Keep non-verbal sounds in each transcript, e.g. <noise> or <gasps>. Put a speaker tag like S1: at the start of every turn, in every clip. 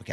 S1: Okay,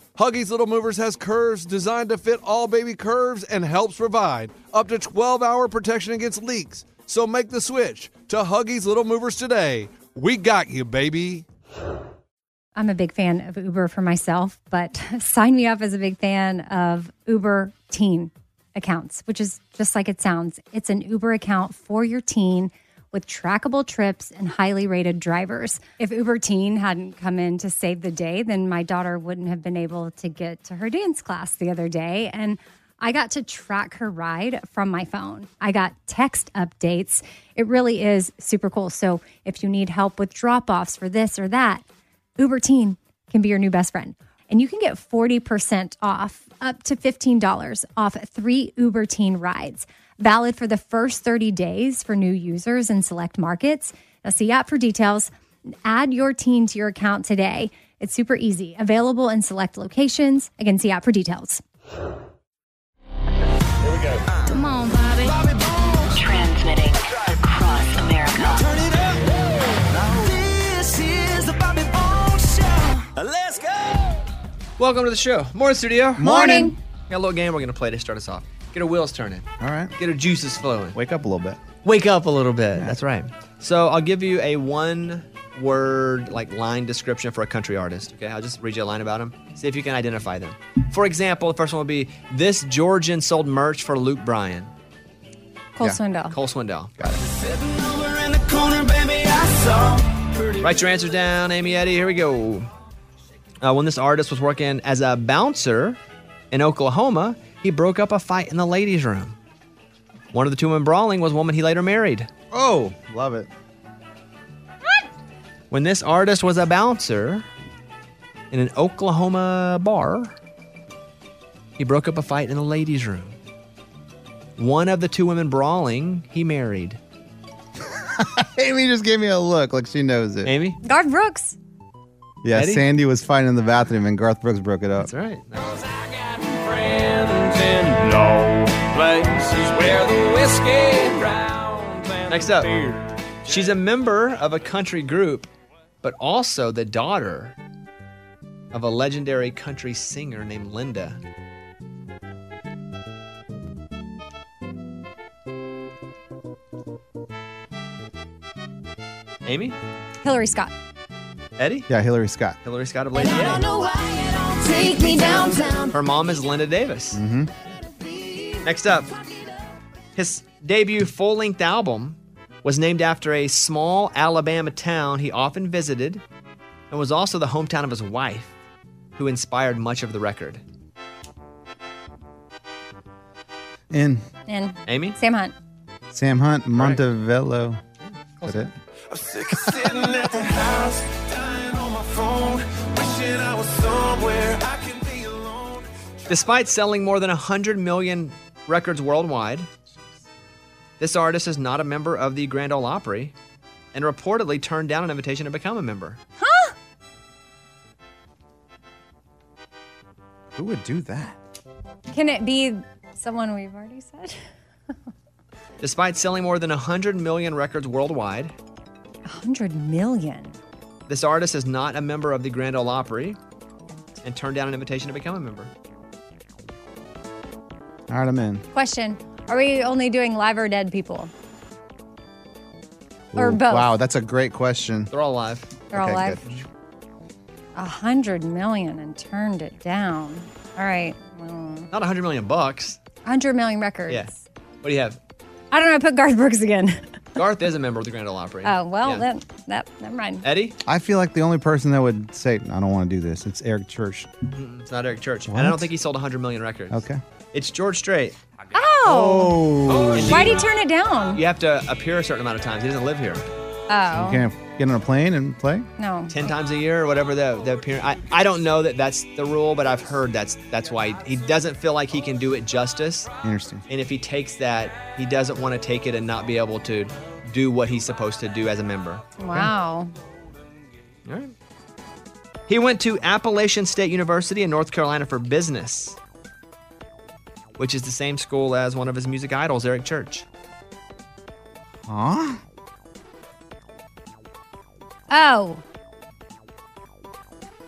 S2: Huggies Little Movers has curves designed to fit all baby curves and helps provide up to 12 hour protection against leaks. So make the switch to Huggies Little Movers today. We got you, baby.
S3: I'm a big fan of Uber for myself, but <laughs> sign me up as a big fan of Uber Teen accounts, which is just like it sounds. It's an Uber account for your teen with trackable trips and highly rated drivers. If Uber Teen hadn't come in to save the day, then my daughter wouldn't have been able to get to her dance class the other day. And I got to track her ride from my phone. I got text updates. It really is super cool. So if you need help with drop offs for this or that, Uber Teen can be your new best friend. And you can get 40% off, up to $15 off three Uber Teen rides, valid for the first 30 days for new users in select markets. Now, see app for details. Add your teen to your account today. It's super easy, available in select locations. Again, see app for details.
S4: Here we go.
S5: Come on, Bobby. Transmitting across America. Turn it up. This is the Bobby Bones Show. Let's go.
S6: Welcome to the show. Morning, studio.
S3: Morning.
S6: Got a little game we're going to play to start us off. Get our wheels turning. All right. Get our juices flowing.
S7: Wake up a little bit.
S6: Wake up a little bit. That's right. So I'll give you a one word, like line description for a country artist. Okay. I'll just read you a line about them. See if you can identify them. For example, the first one would be This Georgian sold merch for Luke Bryan.
S3: Cole
S6: Yeah.
S3: Swindell.
S6: Cole Swindell. Got
S4: Over in the corner, baby, I saw.
S6: it. Write your answers down, Amy Eddy. Here we go. Uh, when this artist was working as a bouncer in Oklahoma, he broke up a fight in the ladies' room. One of the two women brawling was a woman he later married.
S7: Oh, love it.
S6: When this artist was a bouncer in an Oklahoma bar, he broke up a fight in the ladies' room. One of the two women brawling, he married.
S7: <laughs> Amy just gave me a look like she knows it.
S6: Amy?
S3: Garth Brooks.
S7: Yeah,
S6: Eddie?
S7: Sandy was fighting in the bathroom and Garth Brooks broke it up.
S6: That's right.
S4: Friends in low places where the whiskey drowns. and
S6: Next
S4: the
S6: up.
S4: beer
S6: She's a member of a country group, but also the daughter of a legendary country singer named Linda. Amy?
S3: Hillary Scott.
S6: Eddie?
S7: Yeah, Hillary Scott.
S6: Hillary Scott of Lady A.
S5: Take me downtown.
S6: Her mom is Linda Davis.
S7: Mm-hmm.
S6: Next up, his debut full length album was named after a small Alabama town he often visited and was also the hometown of his wife, who inspired much of the record.
S7: In
S3: And
S6: Amy?
S3: Sam Hunt.
S7: Sam Hunt, Montevello. Is that it?
S4: Sick of sitting at the house, dying on my phone, wishing I was somewhere I can be alone.
S1: Despite selling more than 100 million records worldwide, this artist is not a member of the Grand Ole Opry and reportedly turned down an invitation to become a member.
S7: Who would do that?
S3: Can it be someone we've already said?
S1: Despite selling more than 100 million records worldwide,
S3: 100 million.
S1: this artist is not a member of the Grand Ole Opry and turned down an invitation to become a member.
S7: All right, I'm in.
S3: Question Are we only doing live or dead people? Or
S7: Ooh,
S3: both.
S7: Wow, that's a great question.
S1: They're all alive.
S3: They're all
S7: Okay,
S3: live.
S7: good.
S3: A 100 million and turned it down. All right. Well,
S1: Not 100 million bucks.
S3: 100 million records.
S1: Yeah. What do you have?
S3: I don't know. I put Garth Brooks
S1: <laughs>
S3: again.
S1: Garth is a member of the Grand Ole Opry.
S3: Oh, well,
S1: Yeah.
S3: then, that, never mind.
S1: Eddie?
S7: I feel like the only person that would say, I don't want to do this, it's Eric Church.
S1: It's not Eric Church. And I don't think he sold 100 million records.
S7: Okay.
S1: It's George Strait.
S3: Oh!
S7: Oh,
S3: Why'd he turn it down?
S1: You have to appear a certain amount of times. He doesn't live here.
S3: Oh.
S7: can I get on a plane and play?
S3: No.
S1: 10 times a year or whatever the, the appearance. I, I don't know that that's the rule, but I've heard that's that's why he, doesn't feel like he can do it justice.
S7: Interesting.
S1: And if he takes that, he doesn't want to take it and not be able to do what he's supposed to do as a member.
S3: Wow.
S1: All right. He went to Appalachian State University in North Carolina for business, which is the same school as one of his music idols, Eric Church.
S7: Huh?
S3: Oh.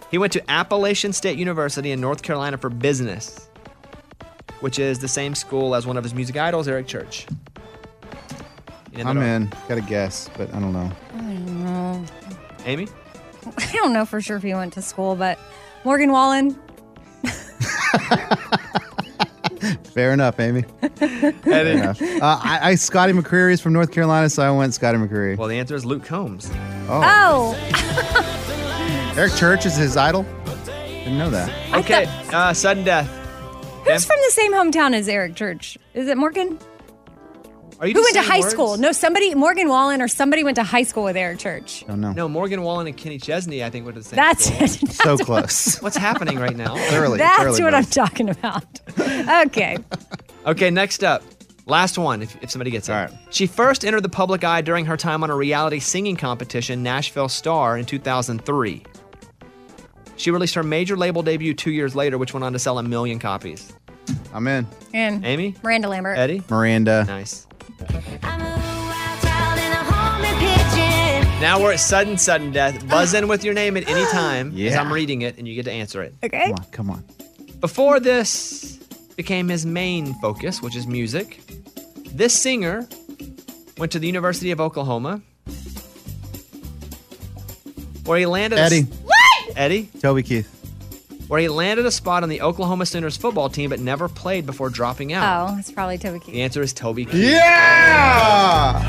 S1: He went to Appalachian State University in North Carolina for business, which is the same school as one of his music idols, Eric Church. You know
S7: I'm
S1: that,
S7: in. Got a guess, but I don't know.
S1: Amy?
S3: I don't know for sure if he went to school, but Morgan Wallen.
S7: Fair enough, Amy. Fair enough. Uh, I, I Scotty McCreary is from North Carolina, so I went Scotty McCreary.
S1: Well, the answer is Luke Combs.
S5: Ah.
S3: Oh.
S7: Eric Church is his idol. Didn't know that.
S1: Okay, uh, sudden death.
S3: Who's from the same hometown as Eric Church? Is it Morgan?
S1: Are you
S3: Who
S1: just
S3: went to
S1: saying
S3: high
S1: words?
S3: school? No, somebody, Morgan Wallen or somebody went to high school with Eric Church.
S7: Don't know.
S1: No, Morgan Wallen and Kenny Chesney, I think, went to the same
S3: That's <laughs>
S1: school.
S3: it.
S7: So close.
S1: What's happening right now?
S7: Thoroughly,
S3: That's
S7: thoroughly
S3: what I'm
S7: close.
S3: talking about. Okay.
S1: Okay, next up. Last one, if, if somebody gets it.
S7: All right.
S1: She first entered the public eye during her time on a reality singing competition, Nashville Star, in 2003. She released her major label debut two years later, which went on to sell a million copies.
S7: I'm in.
S3: And
S1: Amy?
S3: Miranda Lambert.
S1: Eddie?
S7: Miranda.
S1: Nice.
S8: I'm a wild child in a homing pigeon.
S1: Now we're at sudden, sudden death. Buzz in with your name at any time as
S7: Yeah.
S1: I'm reading it, and you get to answer it.
S3: Okay.
S7: Come on, come on.
S1: Before this became his main focus, which is music, this singer went to the University of Oklahoma, where he landed. a s-
S7: Eddie.
S1: Eddie,
S7: Toby Keith.
S1: where he landed a spot on the Oklahoma Sooners football team, but never played before dropping out.
S3: Oh, it's probably Toby Keith.
S1: The answer is Toby. Keith.
S7: Yeah!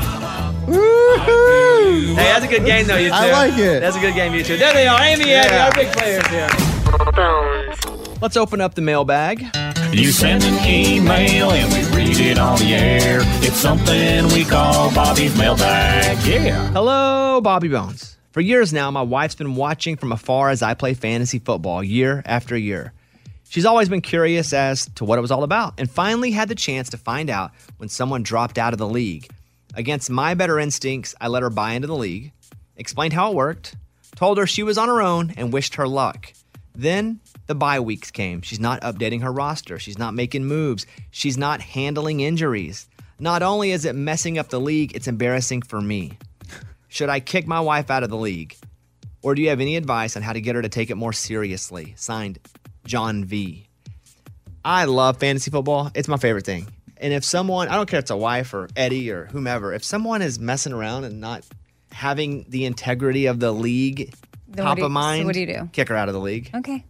S7: Woohoo!
S1: Hey, that's a good game though, you two.
S7: I like it.
S1: That's a good game, you two. There they are, Amy, Eddie, our big players here. Let's open up the mailbag.
S5: You send an email and we read it on the air. It's something we call Bobby's mailbag. Yeah.
S1: Hello, Bobby Bones. For years now, my wife's been watching from afar as I play fantasy football year after year. She's always been curious as to what it was all about and finally had the chance to find out when someone dropped out of the league. Against my better instincts, I let her buy into the league, explained how it worked, told her she was on her own, and wished her luck. Then the bye weeks came. She's not updating her roster. She's not making moves. She's not handling injuries. Not only is it messing up the league, it's embarrassing for me. Should I kick my wife out of the league? Or do you have any advice on how to get her to take it more seriously? Signed, John V. I love fantasy football. It's my favorite thing. And if someone, I don't care if it's a wife or Eddie or whomever, if someone is messing around and not having the integrity of the league
S3: Then what
S1: top
S3: do you-
S1: of
S3: so
S1: mind,
S3: what do you do?
S1: Kick her out of the league.
S3: Okay.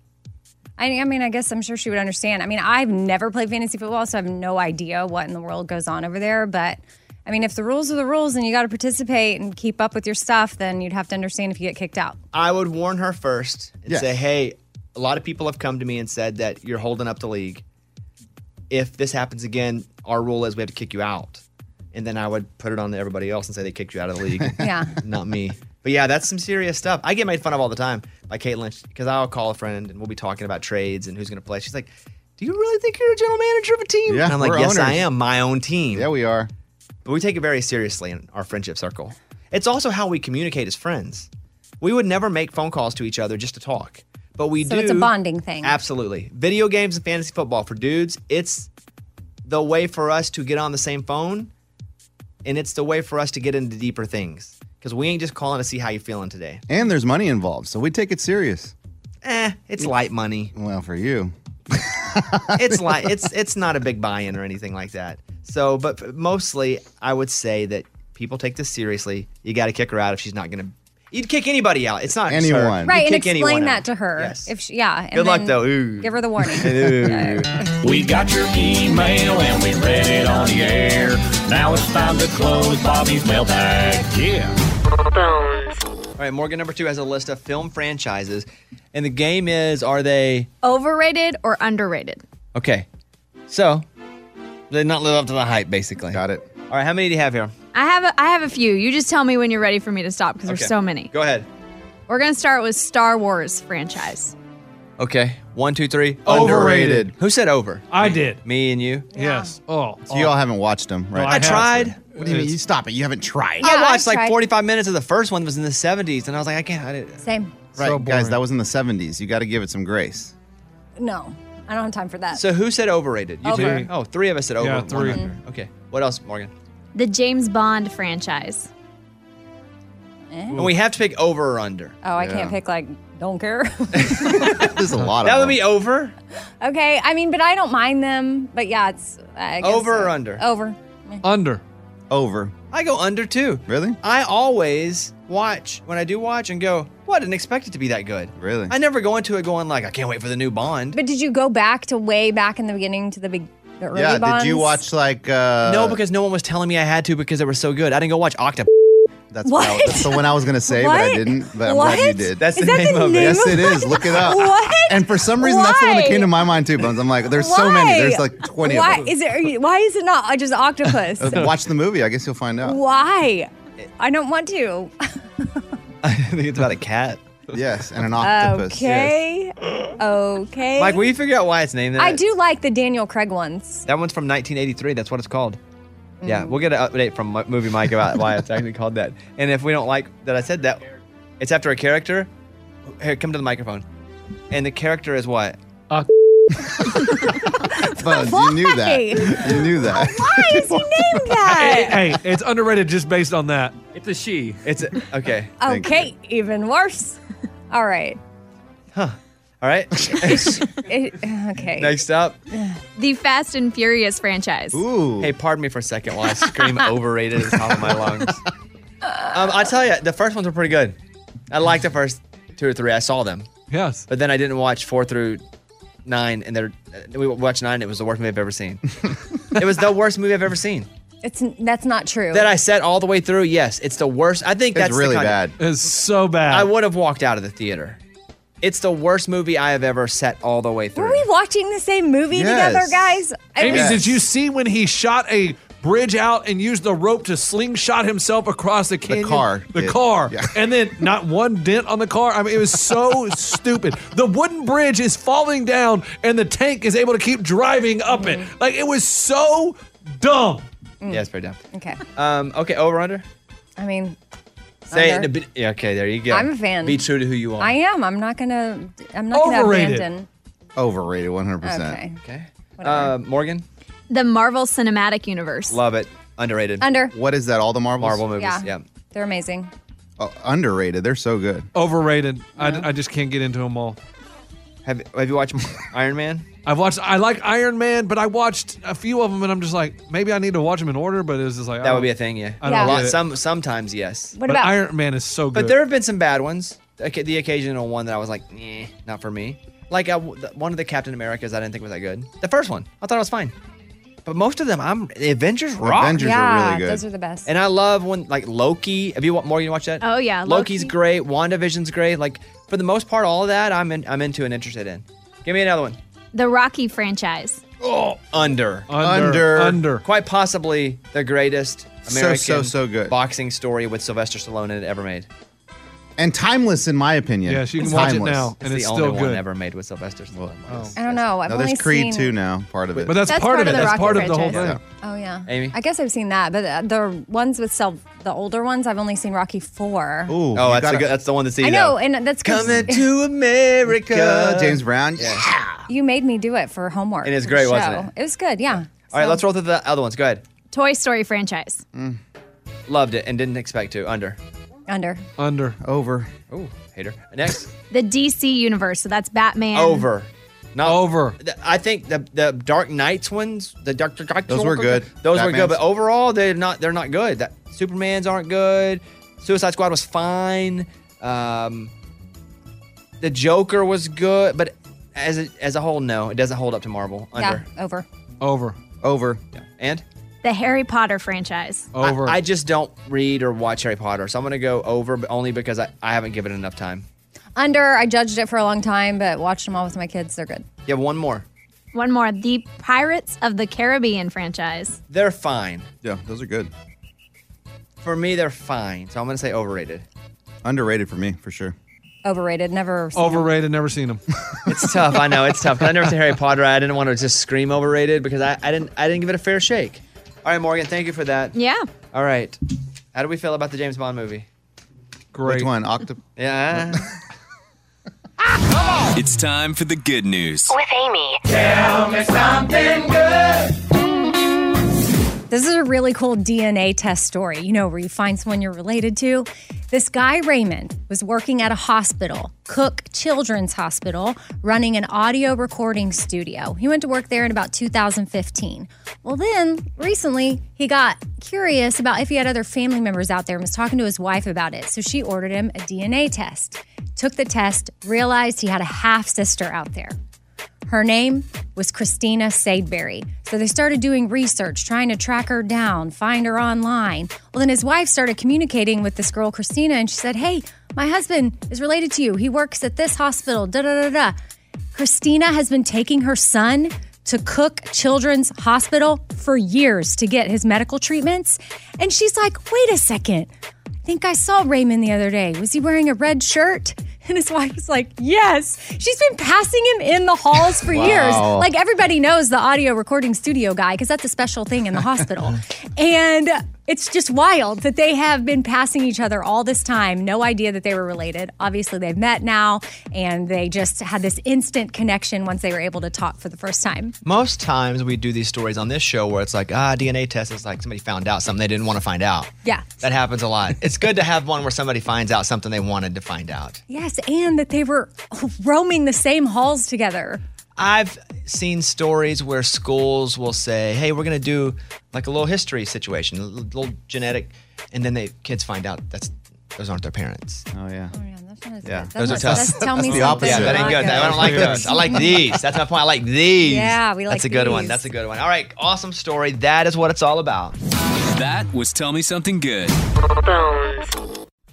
S3: I, I mean, I guess I'm sure she would understand. I mean, I've never played fantasy football, so I have no idea what in the world goes on over there. But I mean, if the rules are the rules and you got to participate and keep up with your stuff, then you'd have to understand if you get kicked out.
S1: I would warn her first and
S7: Yes.
S1: say, hey, a lot of people have come to me and said that you're holding up the league. If this happens again, our rule is we have to kick you out. And then I would put it on to everybody else and say they kicked you out of the league.
S3: Yeah.
S1: Not me. But yeah, that's some serious stuff. I get made fun of all the time by Kate Lynch because I'll call a friend and we'll be talking about trades and who's going to play. She's like, Do you really think you're a general manager of a team?
S7: Yeah,
S1: And I'm like,
S7: we're
S1: yes, I
S7: owners."
S1: am my own team.
S7: Yeah, we are.
S1: but we take it very seriously in our friendship circle. It's also how we communicate as friends. We would never make phone calls to each other just to talk, but we
S3: So
S1: do.
S3: it's a bonding thing.
S1: Absolutely. Video games and fantasy football for dudes, it's the way for us to get on the same phone and it's the way for us to get into deeper things because we ain't just calling to see how you feeling today.
S7: And there's money involved, so we take it serious.
S1: Eh, it's light money.
S7: Well, for you.
S1: it's like it's it's not a big buy-in or anything like that. So, but f- mostly, I would say that people take this seriously. You got to kick her out if she's not going to. You'd kick anybody out. It's not just her.
S7: Anyone.
S1: You'd
S3: right, and
S1: kick anyone
S3: explain
S1: out.
S3: that to her.
S1: Yes.
S3: If she, yeah. And
S1: Good luck
S3: then
S1: though. Ooh.
S3: Give her the warning. <laughs>
S5: We got your email and we read it on the air. Now it's time to close Bobby's mailbag. Yeah.
S1: All right, Morgan number two has a list of film franchises, and the game is: Are they
S9: Overrated or underrated?
S1: okay? So they not live up to the hype, basically.
S7: Got it.
S1: All right, how many do you have here?
S9: I have a, I have a few. You just tell me when you're ready for me to stop because
S1: Okay.
S9: there's so many.
S1: Go ahead.
S9: We're gonna start with Star Wars franchise.
S1: Okay, one, two, three.
S7: Overrated.
S1: Who said over?
S2: I did.
S1: Me and you.
S2: Yes. Oh.
S7: So you all haven't watched them, right?
S2: I
S1: I
S2: have to.
S1: tried.
S7: what do you mean? You stop it. You haven't tried.
S9: Yeah,
S1: I watched
S9: I've
S1: like
S9: tried.
S1: 45 minutes of the first one. It was in the 70s, and I was like, I can't. I didn't.
S3: Same.
S7: Right,
S2: So
S7: guys,
S2: boring.
S7: that was in the 70s. You got to give it some grace.
S3: No, I don't have time for that.
S1: So who said overrated? You
S3: Uh, Over.
S1: Two? Oh, three of us said over.
S2: Yeah,
S1: one
S2: three.
S1: under.
S3: Mm-hmm.
S1: Okay. What else, Morgan?
S9: The James Bond franchise.
S1: And we have to pick over or under.
S3: oh, I
S7: Yeah.
S3: can't pick Eh. like don't care.
S7: There's a lot of
S1: <laughs> That would
S7: them.
S1: be over.
S3: okay, I mean, but I don't mind them. But yeah, it's I guess,
S1: Over or
S3: uh,
S1: under?
S3: Over.
S2: Under.
S7: over.
S1: I go under too.
S7: Really?
S1: I always watch when I do watch and go, well, I didn't expect it to be that good.
S7: Really?
S1: I never go into it going like, I can't wait for the new Bond.
S3: But did you go back to way back in the beginning to the big? The early
S7: yeah,
S3: bonds?
S7: did you watch like. Uh,
S1: no, because no one was telling me I had to because they were so good. I didn't go watch Octopus.
S7: That's what? I,
S3: What?
S7: that's the one I was going to say, but I
S3: What?
S7: didn't. But I'm
S3: What?
S7: glad you did.
S1: That's
S3: Is
S1: the
S3: that
S1: name
S3: the
S1: of
S3: name
S1: it.
S7: yes, it is. Look it up.
S3: What?
S7: And for some reason, that's the one that came
S3: Why?
S7: to my mind too, Bones. I'm like, there's so many. There's like 20
S3: Why
S7: of them.
S3: is it? are you- Why is it not
S7: <laughs>
S3: just octopus?
S7: Watch the movie. I guess you'll find <laughs> out.
S3: why? I don't want to.
S1: I think it's about a cat.
S7: Yes, and an octopus.
S3: okay. Okay.
S1: Mike, will you figure out why it's named that?
S3: I do like the Daniel Craig ones.
S1: That one's from 1983. That's what it's called.
S3: Mm.
S1: Yeah, we'll get an update from Mi- Movie Mike about why it's actually called that. And if we don't like that I said that, it's after a character. Here, come to the microphone. And the character is what? <laughs>
S3: <laughs>
S7: Yes. Bones, you knew that. You knew that.
S3: Why is he named that?
S2: Hey, it's underrated just based on that.
S5: It's a she.
S1: It's a, okay.
S7: Thank
S3: okay, even worse. <laughs> All right.
S1: All right.
S3: It- Eh, okay.
S1: Next up.
S9: The Fast and Furious franchise.
S7: Ooh.
S1: Hey, pardon me for a second while I scream overrated at the top of my lungs. Um, I tell you, the first ones were pretty good. I liked the first two or three. I saw them,
S2: Yes.
S1: but then I didn't watch four through nine. And they're, we watched nine. It was the worst movie I've ever seen. it was the worst movie I've ever seen.
S3: It's that's not true.
S1: that I said all the way through, yes, it's the worst. I think
S7: It's
S1: that's the
S7: really
S1: kind of-
S7: bad.
S2: It's so bad.
S1: I would have walked out of the theater. It's the worst movie I have ever set all the way through.
S3: Were we watching the same movie
S7: Yes.
S3: together, guys? I
S2: Amy,
S3: was-
S2: did you see when he shot a bridge out and used a rope to slingshot himself across the canyon?
S7: car
S2: The
S7: did.
S2: car.
S7: Yeah.
S2: And then not one dent on the car. I mean, it was
S1: <laughs>
S2: so stupid. The wooden bridge is falling down and the tank is able to keep driving up
S1: Mm-hmm.
S2: it. Like, it was so dumb.
S1: yeah, it's pretty dumb.
S3: Okay.
S1: Um, okay, over under.
S3: I mean,
S1: Say it in
S3: Under.
S1: a bit- yeah, okay, there you go.
S3: Uh-huh. I'm a fan.
S1: Be true to who you are.
S3: I am. I'm not gonna. I'm not
S2: Overrated.
S3: gonna abandon.
S7: Overrated 100%.
S3: Okay.
S1: Okay. Uh, Morgan,
S9: The Marvel Cinematic Universe.
S1: love it. Underrated.
S3: Under.
S7: What is that? All the marbles?
S1: Marvel movies.
S3: Yeah.
S1: Yeah.
S3: They're amazing.
S7: Oh, underrated. They're so good.
S2: Overrated. I, I just can't get into them all.
S1: Have Have you watched <laughs> Iron Man?
S2: I've watched, I like Iron Man, but I watched a few of them and I'm just like, maybe I need to watch them in order, but it's just like,
S1: That would be a thing. Yeah.
S2: I don't
S3: Yeah.
S1: A lot.
S2: get it.
S1: Some sometimes yes.
S3: What
S2: But
S3: about?
S2: Iron Man is so good.
S1: But there have been some bad ones. Okay, the occasional one that I was like, eh, not for me. Like I, the- one of the Captain Americas, I didn't think was that good. The first one, I thought it was fine. But most of them, I'm the Avengers rock,
S7: Avengers
S3: yeah,
S7: are really good.
S3: those are the best.
S1: and I love when like Loki. Have you wa- Morgan watched that?
S9: Oh, yeah,
S1: Loki's
S9: Loki.
S1: great. WandaVision's great. Like for the most part, all of that I'm in, I'm into and interested in. Give me another one.
S9: The Rocky franchise.
S1: Oh. Under.
S2: under.
S7: Under.
S2: Under.
S1: Quite possibly the greatest
S7: So,
S1: American
S7: so, so good.
S1: boxing story with Sylvester Stallone in it ever made.
S7: and timeless in my opinion.
S2: Yes, you can
S7: It's
S2: watch it
S7: timeless.
S2: now,
S1: It's the only one ever made with Sylvester Stallone.
S2: Oh.
S3: I don't know. I've
S7: No,
S3: only
S7: there's Creed
S3: seen,
S7: too now, part of it.
S2: But that's That's part part of of it. the That's Rocky part of the whole franchise.
S3: Oh yeah,
S1: Amy?
S3: I guess I've seen that, but uh, the ones with self, the older ones, I've only seen Rocky Four.
S1: Ooh,
S7: you
S1: oh, that's,
S7: gotta-
S1: the good, that's the one that's
S3: I
S1: eating
S3: know,
S1: up.
S3: and that's 'cause-
S1: Coming to America.
S7: Uh, James Brown. Yeah.
S3: <laughs> You made me do it for homework.
S1: It is
S3: for
S1: great,
S3: the
S1: wasn't
S3: show.
S1: it?
S3: It was good. Yeah.
S1: All right, let's roll through the other ones. Go ahead.
S9: Toy Story franchise.
S1: Loved it and didn't expect to. Under.
S3: Under.
S2: Under.
S7: Over.
S1: Oh, hater. Next.
S9: The DC universe. So that's Batman.
S1: Over. Not
S2: over.
S1: I think the the Dark Knights ones, the Dark Dark
S7: Those were good.
S1: Those were
S7: Batman's-
S1: good, but overall they're not they're not good. That Superman's aren't good. Suicide Squad was fine. Um, the Joker was good, but as a, as a whole, no, it doesn't hold up to Marvel. Under
S3: Yeah. Over.
S2: Over.
S7: Over.
S1: and
S9: The Harry Potter franchise.
S1: I- I, just don't read or watch Harry Potter, so I'm gonna go over, but only because I, I haven't given it enough time.
S3: Under. I judged it for a long time, but watched them all with my kids. They're good.
S1: You have one more.
S9: One more. The Pirates of the Caribbean franchise.
S1: They're fine.
S7: Yeah, those are good.
S1: For me, they're fine. So I'm gonna say overrated.
S7: Underrated for me, for sure.
S3: Overrated. Never. Seen
S2: Overrated. Never seen them.
S1: <laughs> It's tough. I know it's tough. 'Cause I never seen Harry Potter. I didn't want to just scream overrated because I, I didn't I didn't give it a fair shake. All right, Morgan, thank you for that.
S9: Yeah.
S1: All right, how do we feel about the James Bond movie?
S2: Great.
S7: Which one? Octop.
S1: <laughs>
S7: <laughs>
S1: Yeah.
S10: It's time for the good news.
S11: <laughs> With Amy.
S10: Tell
S11: me something good.
S3: This is a really cool DNA test story, you know, where you find someone you're related to. This guy, Raymond, was working at a hospital, Cook Children's Hospital, running an audio recording studio. He went to work there in about 2015. Well, then recently, he got curious about if he had other family members out there and was talking to his wife about it. So she ordered him a DNA test, took the test, realized he had a half sister out there. Her name was Christina Sadeberry. So they started doing research, trying to track her down, find her online. Well, then his wife started communicating with this girl, Christina, and she said, Hey, my husband is related to you. He works at this hospital, da da da da. Christina has been taking her son to Cook Children's Hospital for years to get his medical treatments. And she's like, Wait a second. I think I saw Raymond the other day. Was he wearing a red shirt? <laughs> And his wife was like, Yes. She's been passing him in the halls for
S11: Wow.
S3: years. Like everybody knows the audio recording studio guy, because that's a special thing in the hospital. and it's just wild that they have been passing each other all this time. No idea that they were related. Obviously, they've met now and they just had this instant connection once they were able to talk for the first time.
S1: Most times we do these stories on this show where it's like ah DNA test. It's like somebody found out something they didn't want to find out.
S3: Yeah.
S1: That happens a lot. It's good to have one where somebody finds out something they wanted to find out.
S3: Yes. And that they were roaming the same halls together.
S1: I've seen stories where schools will say, "Hey, we're going to do like a little history situation, a l- little genetic," and then they kids find out that's those aren't their parents.
S7: Oh yeah.
S1: Yeah,
S3: That's
S1: those are
S3: not-
S1: tough.
S3: that's tell me That's the something opposite.
S1: Yeah, that ain't
S3: not
S1: good.
S3: good.
S1: I don't like those. I like these. That's my point. I like these.
S3: Yeah, we
S1: That's a
S3: like
S1: good one.
S3: these.
S1: That's a good one. All right, awesome story. That is what it's all about.
S10: That was Tell Me Something Good.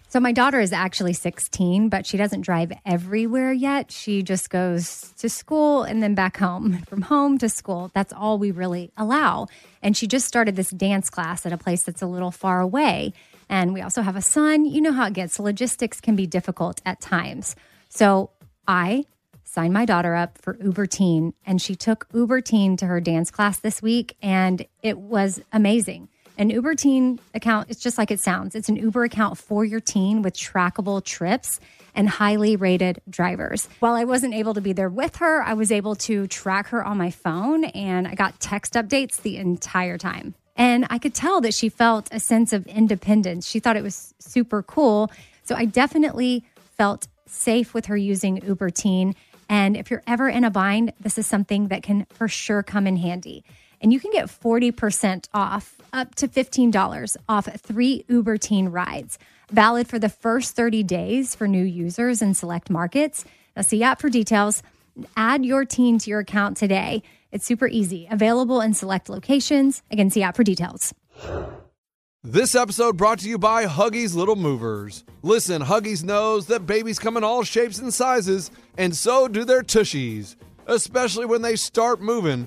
S3: So my daughter is actually 16, but she doesn't drive everywhere yet. She just goes to school and then back home. <laughs> From home to school, that's all we really allow. And she just started this dance class at a place that's a little far away. And we also have a son. You know how it gets. Logistics can be difficult at times. So I signed my daughter up for Uber Teen, and she took Uber Teen to her dance class this week, and it was amazing. An Uber Teen account, it's just like it sounds. It's an Uber account for your teen with trackable trips and highly rated drivers. While I wasn't able to be there with her, I was able to track her on my phone and I got text updates the entire time. And I could tell that she felt a sense of independence. She thought it was super cool. So I definitely felt safe with her using Uber Teen. And if you're ever in a bind, this is something that can for sure come in handy. And you can get 40% off, up to $15 off three Uber Teen rides, valid for the first 30 days for new users in select markets. Now, see app for details. Add your teen to your account today. It's super easy, available in select locations. Again, see app for details.
S12: This episode brought to you by Huggies Little Movers. Listen, Huggies knows that babies come in all shapes and sizes, and so do their tushies, especially when they start moving.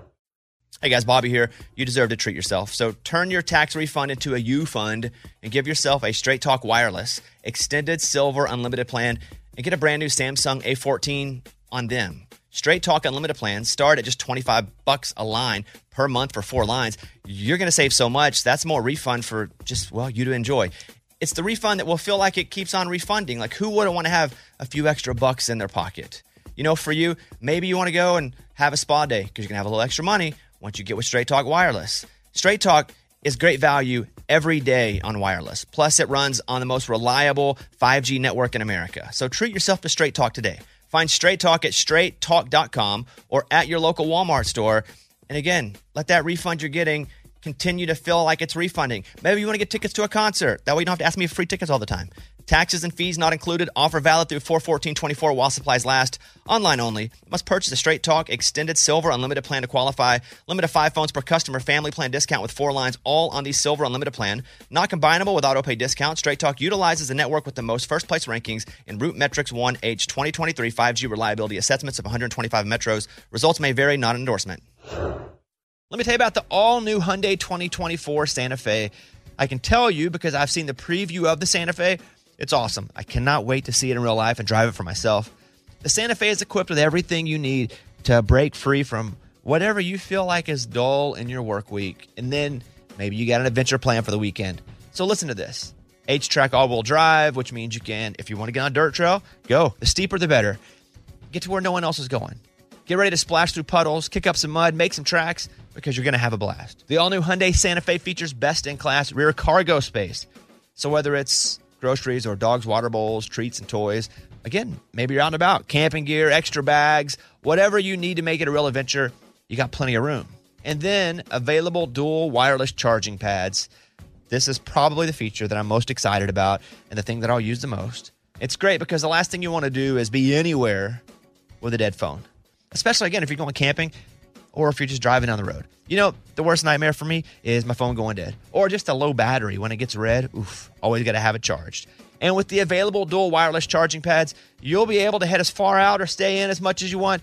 S1: Hey guys, Bobby here. You deserve to treat yourself. So turn your tax refund into a U fund and give yourself a Straight Talk Wireless Extended Silver Unlimited plan and get a brand new Samsung A14 on them. Straight Talk Unlimited plans start at just 25 bucks a line per month for four lines. You're going to save so much. That's more refund for just, well, you to enjoy. It's the refund that will feel like it keeps on refunding. Like who wouldn't want to have a few extra bucks in their pocket? You know, for you, maybe you want to go and have a spa day because you're going to have a little extra money once you get with Straight Talk Wireless. Straight Talk is great value every day on wireless. Plus, it runs on the most reliable 5G network in America. So treat yourself to Straight Talk today. Find Straight Talk at straighttalk.com or at your local Walmart store. And again, let that refund you're getting continue to feel like it's refunding. Maybe you want to get tickets to a concert. That way you don't have to ask me for free tickets all the time. Taxes and fees not included. Offer valid through 41424 while supplies last. Online only. Must purchase a Straight Talk Extended Silver Unlimited plan to qualify. Limited five phones per customer. Family plan discount with four lines all on the Silver Unlimited plan. Not combinable with auto pay discount. Straight Talk utilizes the network with the most first place rankings in Root Metrics 1H 2023 5G reliability assessments of 125 metros. Results may vary, not an endorsement. Let me tell you about the all new Hyundai 2024 Santa Fe. I can tell you because I've seen the preview of the Santa Fe. It's awesome. I cannot wait to see it in real life and drive it for myself. The Santa Fe is equipped with everything you need to break free from whatever you feel like is dull in your work week. And then maybe you got an adventure plan for the weekend. So listen to this. H track all wheel drive, which means you can, if you want to get on a dirt trail, go. The steeper, the better. Get to where no one else is going. Get ready to splash through puddles, kick up some mud, make some tracks, because you're going to have a blast. The all new Hyundai Santa Fe features best in class rear cargo space. So whether it's groceries or dogs' water bowls, treats, and toys, again, maybe you're out and about, camping gear, extra bags, whatever you need to make it a real adventure, you got plenty of room. And then available dual wireless charging pads. This is probably the feature that I'm most excited about and the thing that I'll use the most. It's great because the last thing you want to do is be anywhere with a dead phone, especially again if you're going camping or if you're just driving down the road. You know, the worst nightmare for me is my phone going dead or just a low battery when it gets red. Oof, always got to have it charged. And with the available dual wireless charging pads, you'll be able to head as far out or stay in as much as you want.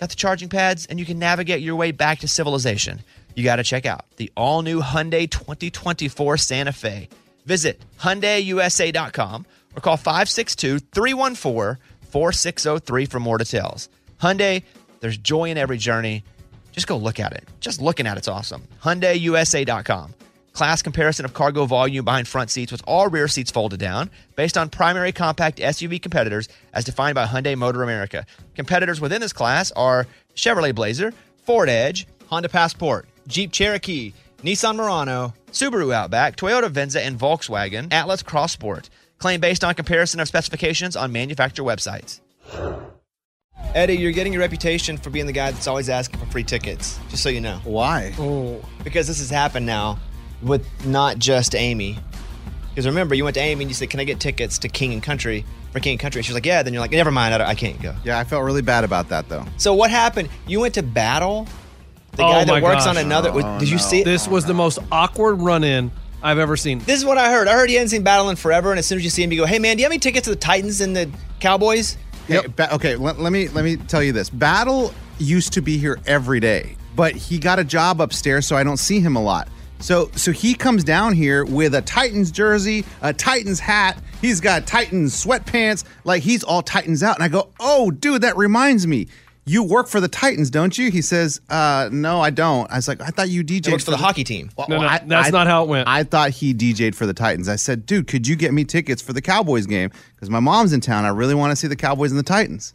S1: Got the charging pads and you can navigate your way back to civilization. You got to check out the all new Hyundai 2024 Santa Fe. Visit HyundaiUSA.com or call 562 314 4603 for more details. Hyundai, there's joy in every journey. Just go look at it. Just looking at it's awesome. HyundaiUSA.com. Class comparison of cargo volume behind front seats with all rear seats folded down based on primary compact SUV competitors as defined by Hyundai Motor America. Competitors within this class are Chevrolet Blazer, Ford Edge, Honda Passport, Jeep Cherokee, Nissan Murano, Subaru Outback, Toyota Venza, and Volkswagen Atlas Crossport. Claim based on comparison of specifications on manufacturer websites. Eddie, you're getting your reputation for being the guy that's always asking for free tickets, just so you know.
S7: Why?
S1: Because this has happened now with not just Amy. Because remember, you went to Amy and you said, Can I get tickets to King and Country for King and Country? And she was like, Yeah. Then you're like, Never mind, I, don't- I can't go.
S7: Yeah, I felt really bad about that though.
S1: So what happened? You went to battle the
S2: Oh
S1: guy that
S2: my
S1: works on
S2: gosh. Oh,
S1: another. did you see it?
S2: This was the most awkward run in I've ever seen.
S1: This is what I heard. I heard he hadn't seen Battle in forever, and as soon as you see him, you go, "Hey man, do you have any tickets to the Titans and the Cowboys?"
S7: Okay, ba- okay let, let me let me tell you this. Battle used to be here every day, but he got a job upstairs, so I don't see him a lot. So so he comes down here with a Titans jersey, a Titans hat. He's got Titans sweatpants, like he's all Titans out. And I go, oh, dude, that reminds me. You work for the Titans, don't you? He says, uh, no, I don't. I was like, I thought you DJ
S1: works for the hockey team.
S2: No, no, that's not
S7: how it went. I thought he DJ'd for the Titans. I said, dude, could you get me tickets for the Cowboys game? Because my mom's in town. I really want to see the Cowboys and the Titans.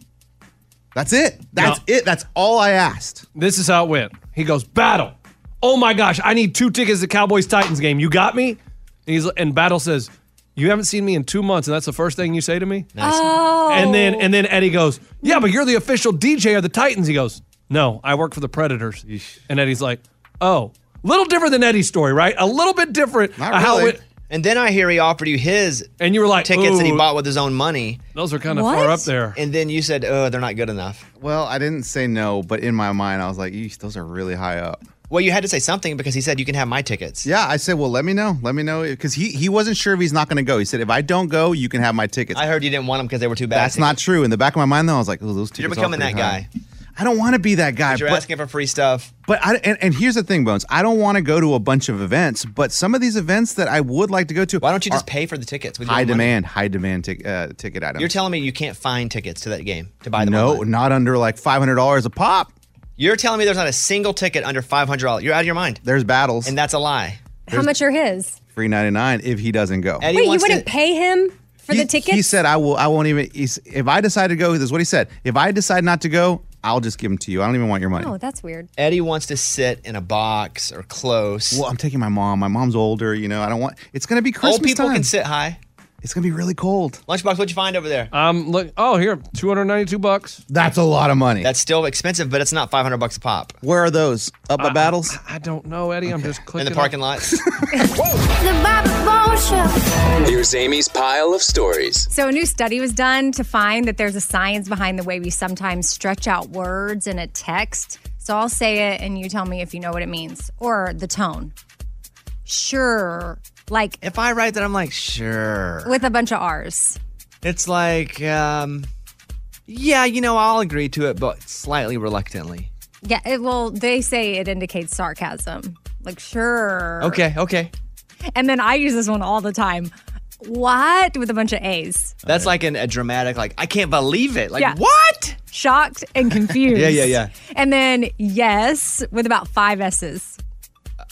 S7: That's it. That's it. That's all I asked.
S2: This is how it went. He goes, Battle. Oh my gosh, I need two tickets to Cowboys Titans game. You got me? And he's and Battle says, You haven't seen me in two months, and that's the first thing you say to me?
S3: Nice. Oh.
S2: And then and then Eddie goes, Yeah, but you're the official DJ of the Titans. He goes, No, I work for the Predators. And Eddie's like, Oh. Little different than Eddie's story, right? A little bit different.
S7: Not
S2: how
S7: really.
S2: it
S1: And then I hear he offered you his and you were like tickets that he
S7: "Ooh."
S1: bought with his own money.
S2: Those are
S7: kinda far What? up there.
S1: And then you said, "Oh, they're not good enough."
S7: Well, I didn't say no, but in my mind, I was like, Eesh, those are really high up.
S1: Uh, Well, you had to say something because he said you can have my tickets.
S7: Yeah, I said, well, let me know. Let me know. Because he, he wasn't sure if he's not going to go. He said, if I don't go, you can have my tickets.
S1: I heard you didn't want them because they were too bad.
S7: That's not true. In the back of my mind, though, I was like, oh, those tickets
S1: You're
S7: are
S1: becoming that
S7: pretty high.
S1: guy.
S7: I don't want to be that guy.
S1: But you're
S7: but-
S1: asking for free stuff.
S7: But I and, and here's the thing, Bones. I don't want to go to a bunch of events, but some of these events that I would like to go to. Why
S1: don't you just pay for the tickets? With your
S7: High
S1: own money?
S7: demand, high demand tic- uh, ticket items.
S1: You're telling me you can't find tickets to that game to buy them.
S7: no,
S1: online.
S7: not under like five hundred dollars a pop.
S1: You're telling me there's not a single ticket under five hundred dollars. You're out of your mind.
S7: There's battles,
S1: and that's a lie.
S3: How much are his?
S7: Three ninety nine if he doesn't go.
S3: Wait, you wouldn't pay him for the tickets?
S7: He said, "I will. I won't even. He's, if I decide to go, this is what he said. If I decide not to go, I'll just give them to you. I don't even want your money.
S3: oh, that's weird.
S1: Eddie wants to sit in a box or close.
S7: Well, I'm taking my mom. My mom's older. You know, I don't want. It's gonna be Christmas
S1: Old people
S7: time.
S1: can sit high.
S7: It's gonna be really cold.
S1: Lunchbox, what'd you find over there?
S2: Um, look. Oh, here, two hundred ninety-two bucks.
S7: That's a lot of money.
S1: That's still expensive, but it's not five hundred bucks a pop.
S7: Where are those? Up
S2: I-
S7: at battles?
S2: I, I don't know, Eddie. I'm just
S1: In
S2: clicking
S1: the parking lot.
S13: The Bobby Bones Show.
S10: Here's Amy's pile of stories.
S3: So, a new study was done to find that there's a science behind the way we sometimes stretch out words in a text. So, I'll say it and you tell me if you know what it means or the tone. Sure. Like,
S1: if I write that, I'm like, sure.
S3: With a bunch of R's.
S1: It's like, um, yeah, you know, I'll agree to it, but slightly reluctantly.
S3: Yeah. It, well, they say it indicates sarcasm. Like, sure.
S1: Okay, okay.
S3: And then I use this one all the time. What? With a bunch of A's.
S1: That's like an, a dramatic, like, I can't believe it. Like,
S3: Yeah.
S1: what?
S3: Shocked
S1: <laughs>
S3: and confused.
S1: Yeah, yeah, yeah.
S3: And then yes, with about five S's.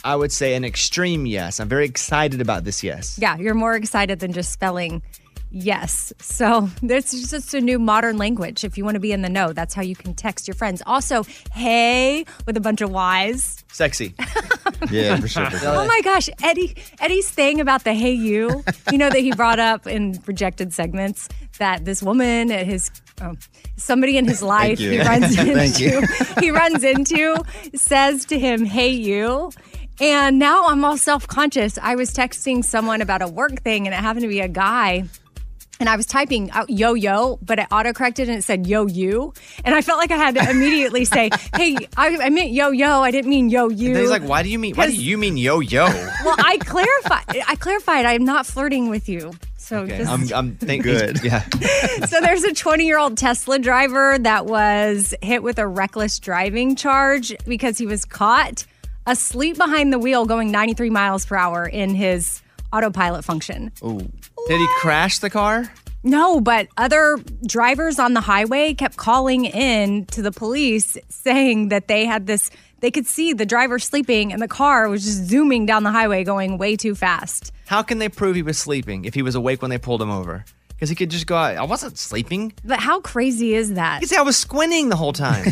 S1: I would say an extreme yes. I'm very excited about this yes.
S3: Yeah, you're more excited than just spelling yes. So <laughs> this is just a new modern language. If you want to be in the know, that's how you can text your friends. Also, hey with a bunch of Y's.
S1: Sexy.
S7: yeah, for
S1: <laughs>
S7: sure.
S3: Oh my gosh, Eddie Eddie's thing about the hey you, you know that he brought up in rejected segments that this woman at his um, somebody in his life
S11: you.
S3: he
S1: <laughs>
S3: runs
S11: Thank you.
S3: into he runs into says to him hey you and now I'm all self-conscious. I was texting someone about a work thing and it happened to be a guy and I was typing out yo yo, but it autocorrected and it said yo you. And I felt like I had to immediately say, hey, I, I meant yo yo. I didn't mean yo you.
S1: And then he's like, why do you mean, why do
S3: 'Cause-
S1: you mean yo
S3: <laughs>
S1: yo?
S3: well, I clarified. I clarified. I'm not flirting with you. So,
S1: Okay,
S3: just,
S1: I'm, I'm thank good. <laughs> Yeah.
S3: <laughs> so there's a 20 year old Tesla driver that was hit with a reckless driving charge because he was caught asleep behind the wheel, going 93 miles per hour in his autopilot function.
S1: Oh. Did he crash the car?
S3: No, but other drivers on the highway kept calling in to the police saying that they had this, they could see the driver sleeping and the car was just zooming down the highway going way too fast.
S1: How can they prove he was sleeping if he was awake when they pulled him over? Because he could just go out. I wasn't sleeping.
S3: But how crazy is that?
S1: You see, I was squinting the whole time.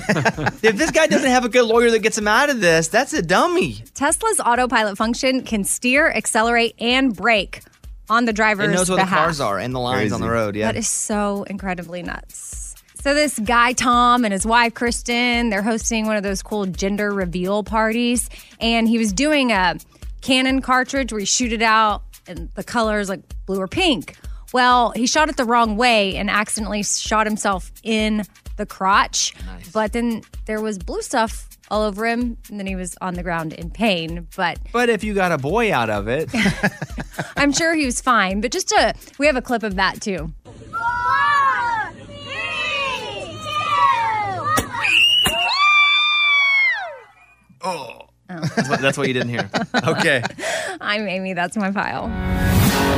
S1: if this guy doesn't have a good lawyer that gets him out of this, that's a dummy.
S3: Tesla's autopilot function can steer, accelerate, and brake on the driver's
S1: It knows where the
S3: behalf.
S1: cars are and the lines on the
S3: Crazy.
S1: road. Yeah.
S3: That is so incredibly nuts. So this guy Tom and his wife Kristen, they're hosting one of those cool gender reveal parties, and he was doing a cannon cartridge where you shoot it out, and the color is like blue or pink. Well, he shot it the wrong way and accidentally shot himself in the crotch. But then there was blue stuff all over him, and then he was on the ground in pain. But
S1: but if you got a boy out of
S3: <laughs>
S1: it,
S3: I'm sure he was fine. But just to, we have a clip of that too.
S1: oh, that's, what, that's what you didn't hear. Okay.
S3: I'm Amy. That's my pile.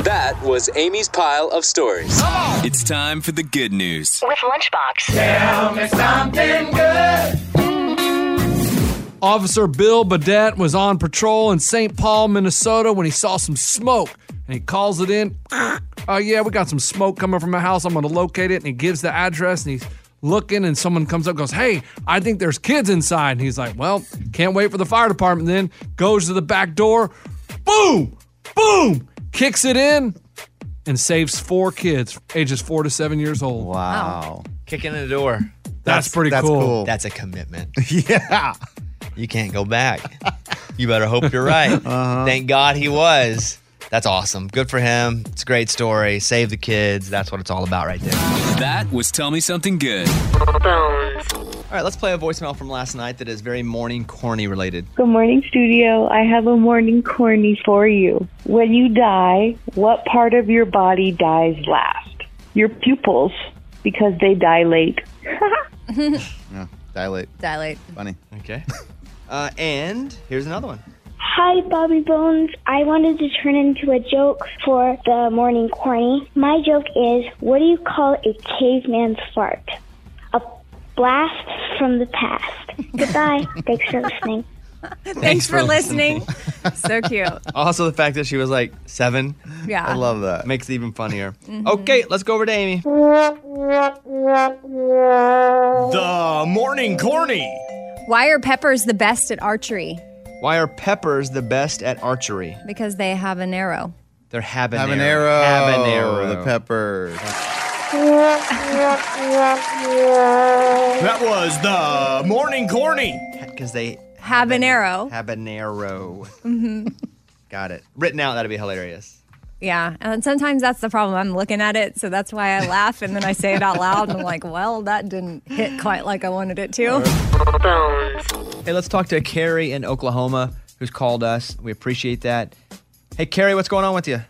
S10: That was Amy's pile of stories. It's time for the good news.
S11: With Lunchbox.
S10: Tell me something
S11: good.
S2: Officer Bill Badette was on patrol in St. Paul, Minnesota when he saw some smoke and he calls it in. <clears throat> Oh, yeah, we got some smoke coming from a house. I'm going to locate it. And he gives the address and he's looking and someone comes up and goes, Hey, I think there's kids inside. And he's like, Well, can't wait for the fire department. Then goes to the back door, boom, boom, kicks it in and saves four kids, ages four to seven years old.
S7: Wow.
S1: Kicking in the door.
S2: That's, pretty
S1: that's
S2: cool.
S1: cool. That's a commitment. yeah. <laughs>
S7: <laughs> Uh-huh.
S1: You can't go back. You better hope you're right. Thank God he was. That's awesome. Good for him. It's a great story. Save the kids. That's what it's all about right there.
S14: That was Tell Me Something Good.
S1: All right, let's play a voicemail from last night that is very morning corny related.
S15: Good morning, studio. I have a morning corny for you. When you die, what part of your body dies last? Your pupils, because they <laughs>
S16: <laughs>
S15: dilate.
S7: Yeah, dilate.
S3: Dilate.
S7: Funny.
S1: Okay. Uh, and here's another one.
S17: Hi, Bobby Bones. I wanted to turn into a joke for the morning corny. My joke is what do you call a caveman's fart? A blast from the
S3: <laughs>
S17: past. Goodbye. Thanks for listening.
S3: <laughs> Thanks for listening. so <laughs> cute.
S1: <laughs> Also, the fact that she was like seven.
S3: Yeah. Mm-hmm. I love
S1: that. Makes it even funnier. Okay, let's go over to Amy.
S17: The
S1: morning corny.
S3: Why are peppers the best at archery?
S1: Why are peppers the best at archery?
S3: Because they have an arrow.
S1: They're habanero.
S7: Habanero.
S1: Habanero.
S7: The peppers.
S18: That was the morning corny.
S1: Because they
S3: Habanero.
S1: habanero.
S3: hmm
S1: Got it. Written out, that'd be hilarious.
S3: <laughs> Yeah. And sometimes that's the problem. I'm looking at it. So that's why I laugh. And then I say it out loud. And I'm like, well, that didn't hit quite like I wanted it to.
S1: Hey, let's talk to Carrie in Oklahoma who's called us. We appreciate that. Hey, Carrie, what's going on with you?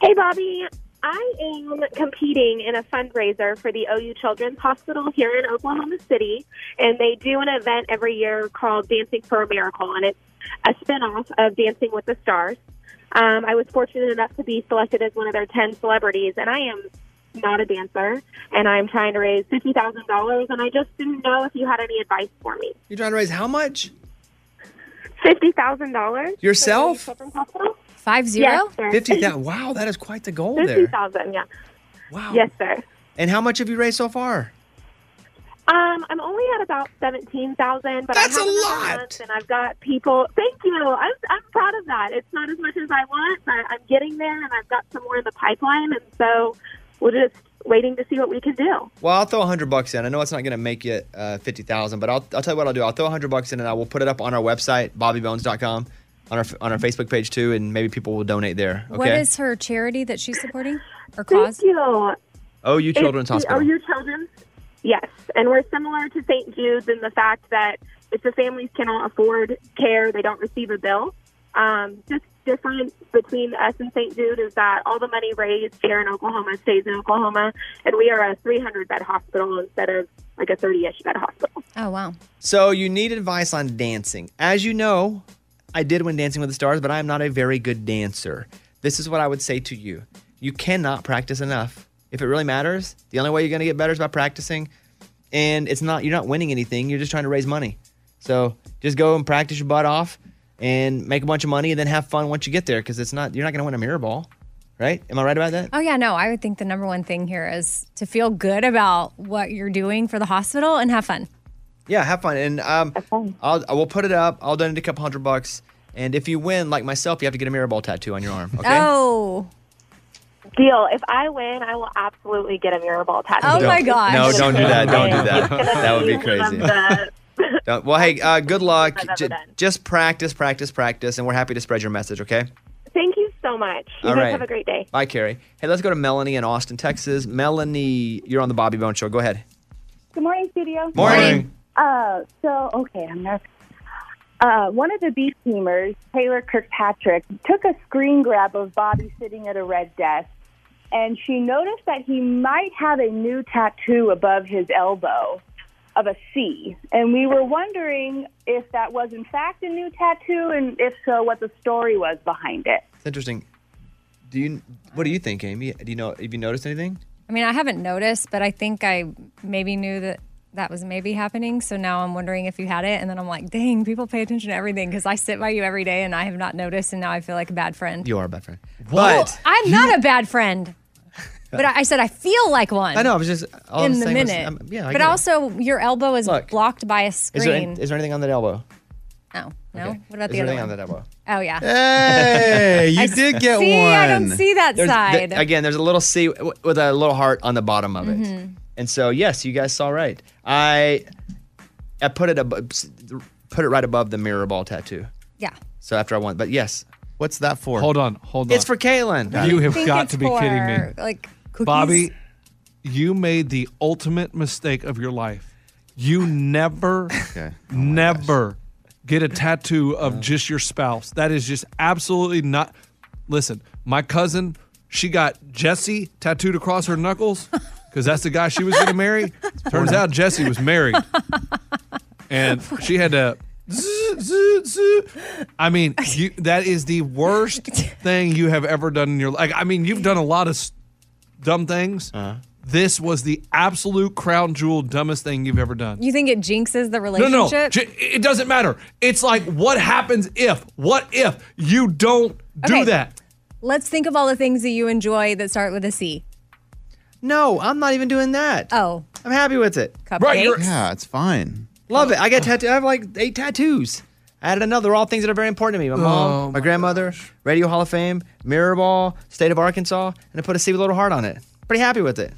S16: Hey, Bobby. I am competing in a fundraiser for the OU Children's Hospital here in Oklahoma City, and they do an event every year called Dancing for a Miracle, and it's a spinoff of Dancing with the Stars. Um, I was fortunate enough to be selected as one of their 10 celebrities, and I am not a dancer, and I'm trying to raise $50,000, and I just didn't know if you had any advice for me.
S1: You're trying to raise how much?
S16: $50,000? For
S1: Yourself?
S16: the Children's Hospital?
S3: Five
S16: Yes, sir.
S1: Fifty thousand. Wow, that is quite the goal
S16: Fifty
S1: there.
S16: thousand, yeah.
S1: Wow.
S16: Yes, sir.
S1: And how much have you raised so far?
S16: Um, I'm only at about seventeen thousand, but
S1: That's
S16: I have
S1: a
S16: another
S1: lot.
S16: month And I've got people. Thank you. I'm I'm proud of that. It's not as much as I want, but I'm getting there, and I've got some more in the pipeline, and so we're just waiting to see what we can do.
S1: Well, I'll throw a hundred bucks in. I know it's not going to make it uh, fifty thousand, but I'll, I'll tell you what I'll do. I'll throw a hundred bucks in, and I will put it up on our website, BobbyBones.com, on our on our Facebook page too, and maybe people will donate there. Okay.
S3: What is her charity that she's supporting or
S16: Thank
S3: cause?
S16: you.
S1: OU Oh, Children's
S16: it's the
S1: Hospital.
S16: OU Children's. Yes, and we're similar to St. Jude's in the fact that if the families cannot afford care, they don't receive a bill. Um, just different between us and St. Jude is that all the money raised here in Oklahoma stays in Oklahoma, and we are a 300 bed hospital instead of like a 30-ish bed hospital.
S3: Oh, wow.
S1: So you need advice on dancing. As you know, I did win Dancing with the Stars, but I am not a very good dancer. This is what I would say to you. You cannot practice enough. If it really matters, the only way you're going to get better is by practicing. And it's not you're not winning anything, you're just trying to raise money. So just go and practice your butt off and make a bunch of money and then have fun once you get there cuz it's not you're not going to win a mirror ball, right? Am I right about that?
S3: Oh, yeah. No, I would think the number one thing here is to feel good about what you're doing for the hospital and have fun.
S1: Yeah, have fun. And um, I'll I will put it up. I'll donate a couple hundred bucks. And if you win, like myself, you have to get a mirror ball tattoo on your arm.
S3: <laughs>
S1: Okay.
S3: Oh.
S16: Deal. If I win, I will absolutely get a mirror ball tattoo.
S3: Oh
S1: Don't- No, don't do that. Don't do <laughs> that. That would be crazy.
S16: The-
S1: Don't- well, hey, uh, good luck.
S16: I've ever
S1: J-
S16: done.
S1: just practice, practice, practice, and we're happy to spread your message. Okay.
S16: Thank you so much. You
S1: All
S16: guys
S1: right.
S16: have a great day.
S1: Bye, Carrie. Hey, let's go to Melanie in Austin, Texas. Melanie, you're on the Bobby Bone Show. Go ahead.
S19: Good morning, studio.
S1: Morning.
S19: Uh, so okay, I'm nervous. Uh, one of the B teamers, Taylor Kirkpatrick, took a screen grab of Bobby sitting at a red desk, and she noticed that he might have a new tattoo above his elbow of a C. And we were wondering if that was in fact a new tattoo, and if so, what the story was behind it.
S1: It's interesting. Do you? What do you think, Amy? Do you know? Have you noticed anything?
S3: I mean, I haven't noticed, but I think I maybe knew that that was maybe happening. So now I'm wondering if you had it. And then I'm like, dang, people pay attention to everything because I sit by you every day and I have not noticed. And now I feel like a bad friend.
S1: You are a bad friend.
S3: Well,
S1: But
S3: I'm not a bad friend. But I I said I feel like one.
S1: I know. I was just all
S3: in
S1: I'm
S3: the
S1: saying was-
S3: minute.
S1: I'm- yeah. I
S3: but
S1: get it.
S3: also, your elbow is blocked by a
S1: is there, any-
S3: screen.
S1: is there anything on that elbow?
S3: oh no! What about
S1: Is
S3: the
S1: there
S3: other
S1: anything
S3: one?
S1: on that elbow?
S3: Oh yeah.
S1: Eh. Hey, you
S3: I
S1: did get
S3: see, I don't
S1: one.
S3: see that
S1: There's-
S3: side.
S1: th- again, there's a little C w- with a little heart on the bottom of it.
S3: Mhm.
S1: And so, yes, you guys saw right. I I put it above, put it right above the mirror ball tattoo.
S3: Yeah.
S1: So after I won, but yes,
S7: What's that for?
S2: Hold on, hold on.
S6: It's for Kaylin.
S2: You
S6: I
S2: have
S6: think
S2: got
S6: it's
S2: to be kidding me.
S6: for,
S20: like
S2: Bobby, you made the ultimate mistake of your life. You never, never get a tattoo of just your spouse. That is just absolutely not. Listen, my cousin, she got Jesse tattooed across her knuckles because that's the guy she was going to marry. Turns out Jesse was married. And she had to. zzz, zzz, zzz.
S20: <laughs>
S2: I mean, you, that is the worst thing you have ever done in your life. I mean, you've done a lot of s- dumb things.
S6: Uh-huh.
S2: This was the absolute crown jewel dumbest thing you've ever done.
S20: You think it jinxes the
S2: No,
S20: relationship?
S2: no, no. J- It doesn't matter. It's like, what happens if? What if you don't do
S20: Okay.
S2: that?
S20: Let's think of all the things that you enjoy that start with a C.
S6: No, I'm not even doing that.
S20: Oh,
S6: I'm happy with it.
S20: Cupcakes? Right, you're-
S7: yeah, it's fine.
S6: Love it. I got tattoo. I have like eight tattoos. I added another. All things that are very important to me. My mom,
S2: Oh,
S6: my, grandmother, Radio Hall of Fame, Mirror Ball, State of Arkansas, and I put a C with a little heart on it. Pretty happy with it.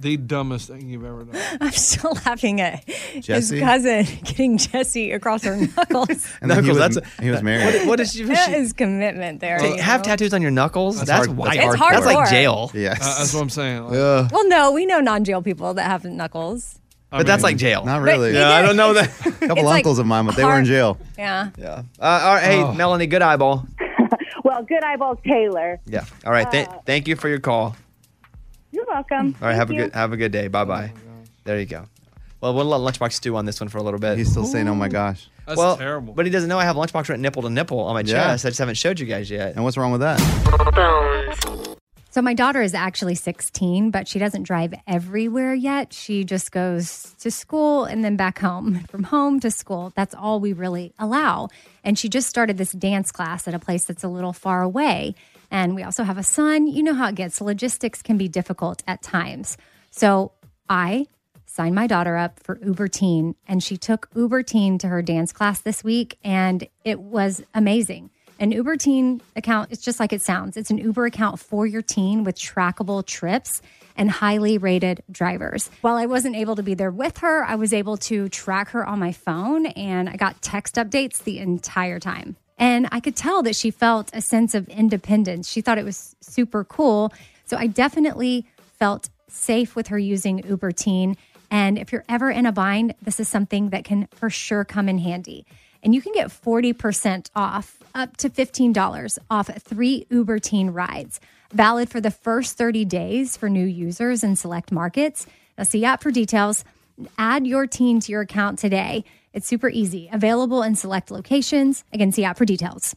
S2: The dumbest thing you've ever done.
S20: <laughs> I'm still laughing at
S6: Jesse?
S20: his cousin <laughs> getting Jesse across her knuckles.
S7: <laughs> And then he
S6: Knuckles,
S7: was,
S6: that's
S7: he was married.
S6: What- what did she-
S20: That is commitment
S3: Uh,
S20: there.
S6: To
S20: you
S6: have
S20: know?
S6: tattoos on your knuckles, that's,
S7: hard-
S6: wild.
S20: that's It's hard
S6: That's like
S20: work.
S6: jail.
S7: Yes.
S2: Uh, that's what I'm saying. Like,
S20: Well, no, we know non-jail people that have knuckles.
S6: but that's like jail.
S7: Not really.
S6: Yeah, I don't know <laughs> that.
S7: A couple
S20: It's like
S7: uncles of mine, but they were in
S20: hard-
S7: jail.
S20: Yeah.
S6: Yeah. Uh, all right. Hey, Melanie, good eyeball.
S19: Well, good eyeballs, Taylor.
S6: Yeah. All right. Th- thank you for your call.
S19: You're welcome.
S6: All right. have
S19: Thank
S6: a
S19: you.
S6: good have a good day. Bye bye. there you go. Well, we'll let Lunchbox stew on this one for a little bit.
S7: He's still saying, "Oh my gosh."
S2: That's
S6: well,
S2: terrible.
S6: But he doesn't know I have Lunchbox right nipple to nipple on my
S7: Yeah.
S6: chest. I just haven't showed you guys yet.
S7: And what's wrong with that?
S3: So my daughter is actually 16, but she doesn't drive everywhere yet. She just goes to school and then back home. <laughs> From home to school, that's all we really allow. And she just started this dance class at a place that's a little far away. And we also have a son. You know how it gets. Logistics can be difficult at times. So I signed my daughter up for Uber Teen, and she took Uber Teen to her dance class this week, and it was amazing. An Uber Teen account, it's just like it sounds. It's an Uber account for your teen with trackable trips and highly rated drivers. While I wasn't able to be there with her, I was able to track her on my phone and I got text updates the entire time. And I could tell that she felt a sense of independence. She thought it was super cool. So I definitely felt safe with her using Uber Teen. And if you're ever in a bind, this is something that can for sure come in handy. And you can get 40% off, up to $15 off three Uber Teen rides, valid for the first 30 days for new users in select markets. Now, see out for details. Add your teen to your account today. It's super easy, available in select locations. Again, see out for details.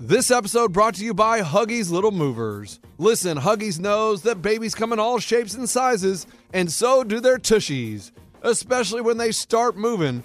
S12: This episode brought to you by Huggies Little Movers. Listen, Huggies knows that babies come in all shapes and sizes, and so do their tushies, especially when they start moving.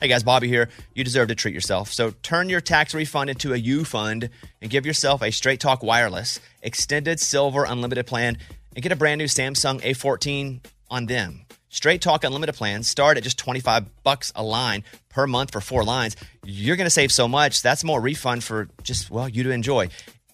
S1: Hey guys, Bobby here. You deserve to treat yourself. So turn your tax refund into a U fund and give yourself a Straight Talk Wireless Extended Silver Unlimited plan and get a brand new Samsung A14 on them. Straight Talk Unlimited plans start at just 25 bucks a line per month for four lines. You're going to save so much. That's more refund for just, well, you to enjoy.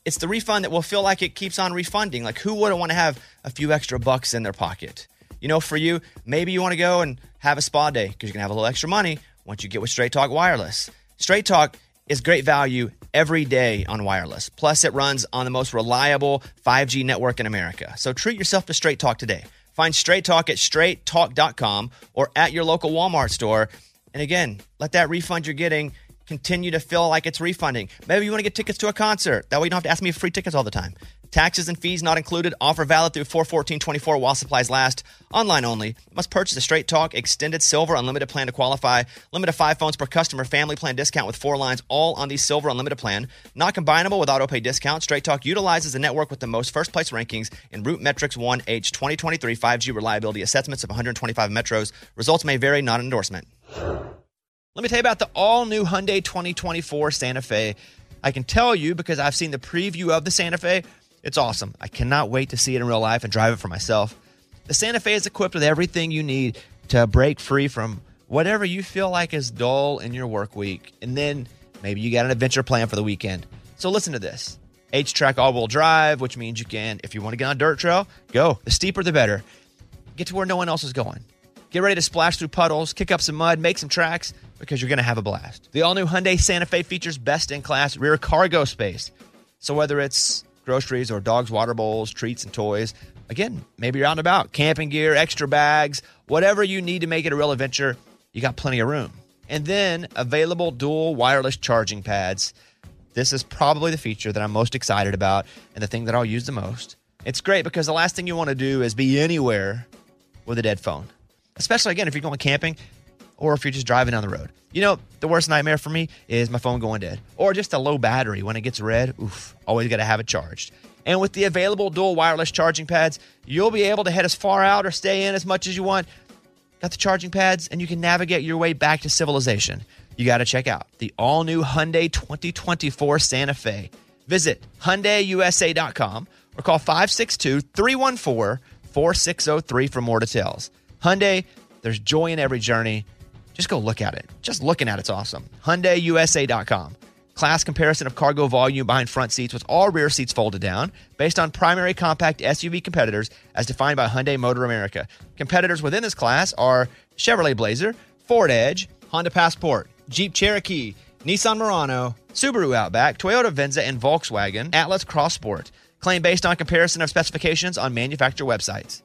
S1: It's the refund that will feel like it keeps on refunding. Like who wouldn't want to have a few extra bucks in their pocket? You know, for you, maybe you want to go and have a spa day because you're going to have a little extra money once you get with Straight Talk Wireless. Straight Talk is great value every day on wireless. Plus, it runs on the most reliable 5G network in America. So treat yourself to Straight Talk today. Find Straight Talk at straighttalk.com or at your local Walmart store. And again, let that refund you're getting continue to feel like it's refunding. Maybe you want to get tickets to a concert. That way you don't have to ask me for free tickets all the time. Taxes and fees not included. Offer valid through 41424 while supplies last. Online only. Must purchase a Straight Talk Extended Silver Unlimited plan to qualify. Limit of five phones per customer. Family plan discount with four lines all on the Silver Unlimited plan. Not combinable with auto pay discount. Straight Talk utilizes the network with the most first place rankings in Root Metrics 1H 2023 5G reliability assessments of 125 metros. Results may vary, not an endorsement. Let me tell you about the all new Hyundai 2024 Santa Fe. I can tell you because I've seen the preview of the Santa Fe. It's awesome. I cannot wait to see it in real life and drive it for myself. The Santa Fe is equipped with everything you need to break free from whatever you feel like is dull in your work week. And then maybe you got an adventure plan for the weekend. So listen to this H track all wheel drive, which means you can, if you want to get on a dirt trail, go. The steeper, the better. Get to where no one else is going. Get ready to splash through puddles, kick up some mud, make some tracks, because you're going to have a blast. The all new Hyundai Santa Fe features best in class rear cargo space. So whether it's groceries or dogs' water bowls, treats, and toys, again, maybe you're out and about, camping gear, extra bags, whatever you need to make it a real adventure, you got plenty of room. And then available dual wireless charging pads. This is probably the feature that I'm most excited about and the thing that I'll use the most. It's great because the last thing you want to do is be anywhere with a dead phone, especially again if you're going camping or if you're just driving down the road. You know, the worst nightmare for me is my phone going dead or just a low battery when it gets red. Oof, always got to have it charged. And with the available dual wireless charging pads, you'll be able to head as far out or stay in as much as you want. Got the charging pads, and you can navigate your way back to civilization. You got to check out the all new Hyundai 2024 Santa Fe. Visit HyundaiUSA.com or call 562 314 4603 for more details. Hyundai, there's joy in every journey. Just go look at it. Just looking at it's awesome. HyundaiUSA.com. Class comparison of cargo volume behind front seats with all rear seats folded down based on primary compact SUV competitors as defined by Hyundai Motor America. Competitors within this class are Chevrolet Blazer, Ford Edge, Honda Passport, Jeep Cherokee, Nissan Murano, Subaru Outback, Toyota Venza, and Volkswagen Atlas Cross Sport. Claim based on comparison of specifications on manufacturer websites.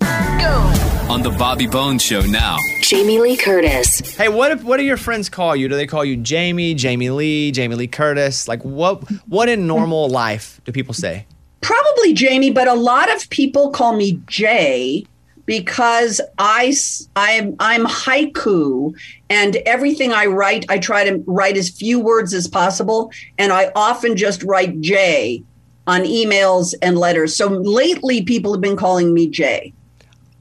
S10: On the Bobby Bones Show now.
S6: Jamie Lee Curtis. Hey, what if, what do your friends call you? Do they call you Jamie, Jamie Lee, Jamie Lee Curtis? Like what what in <laughs> normal life do people say?
S21: Probably Jamie, but a lot of people call me Jay because I s- I'm I'm haiku and everything I write I try to write as few words as possible and I often just write J on emails and letters. So lately people have been calling me Jay.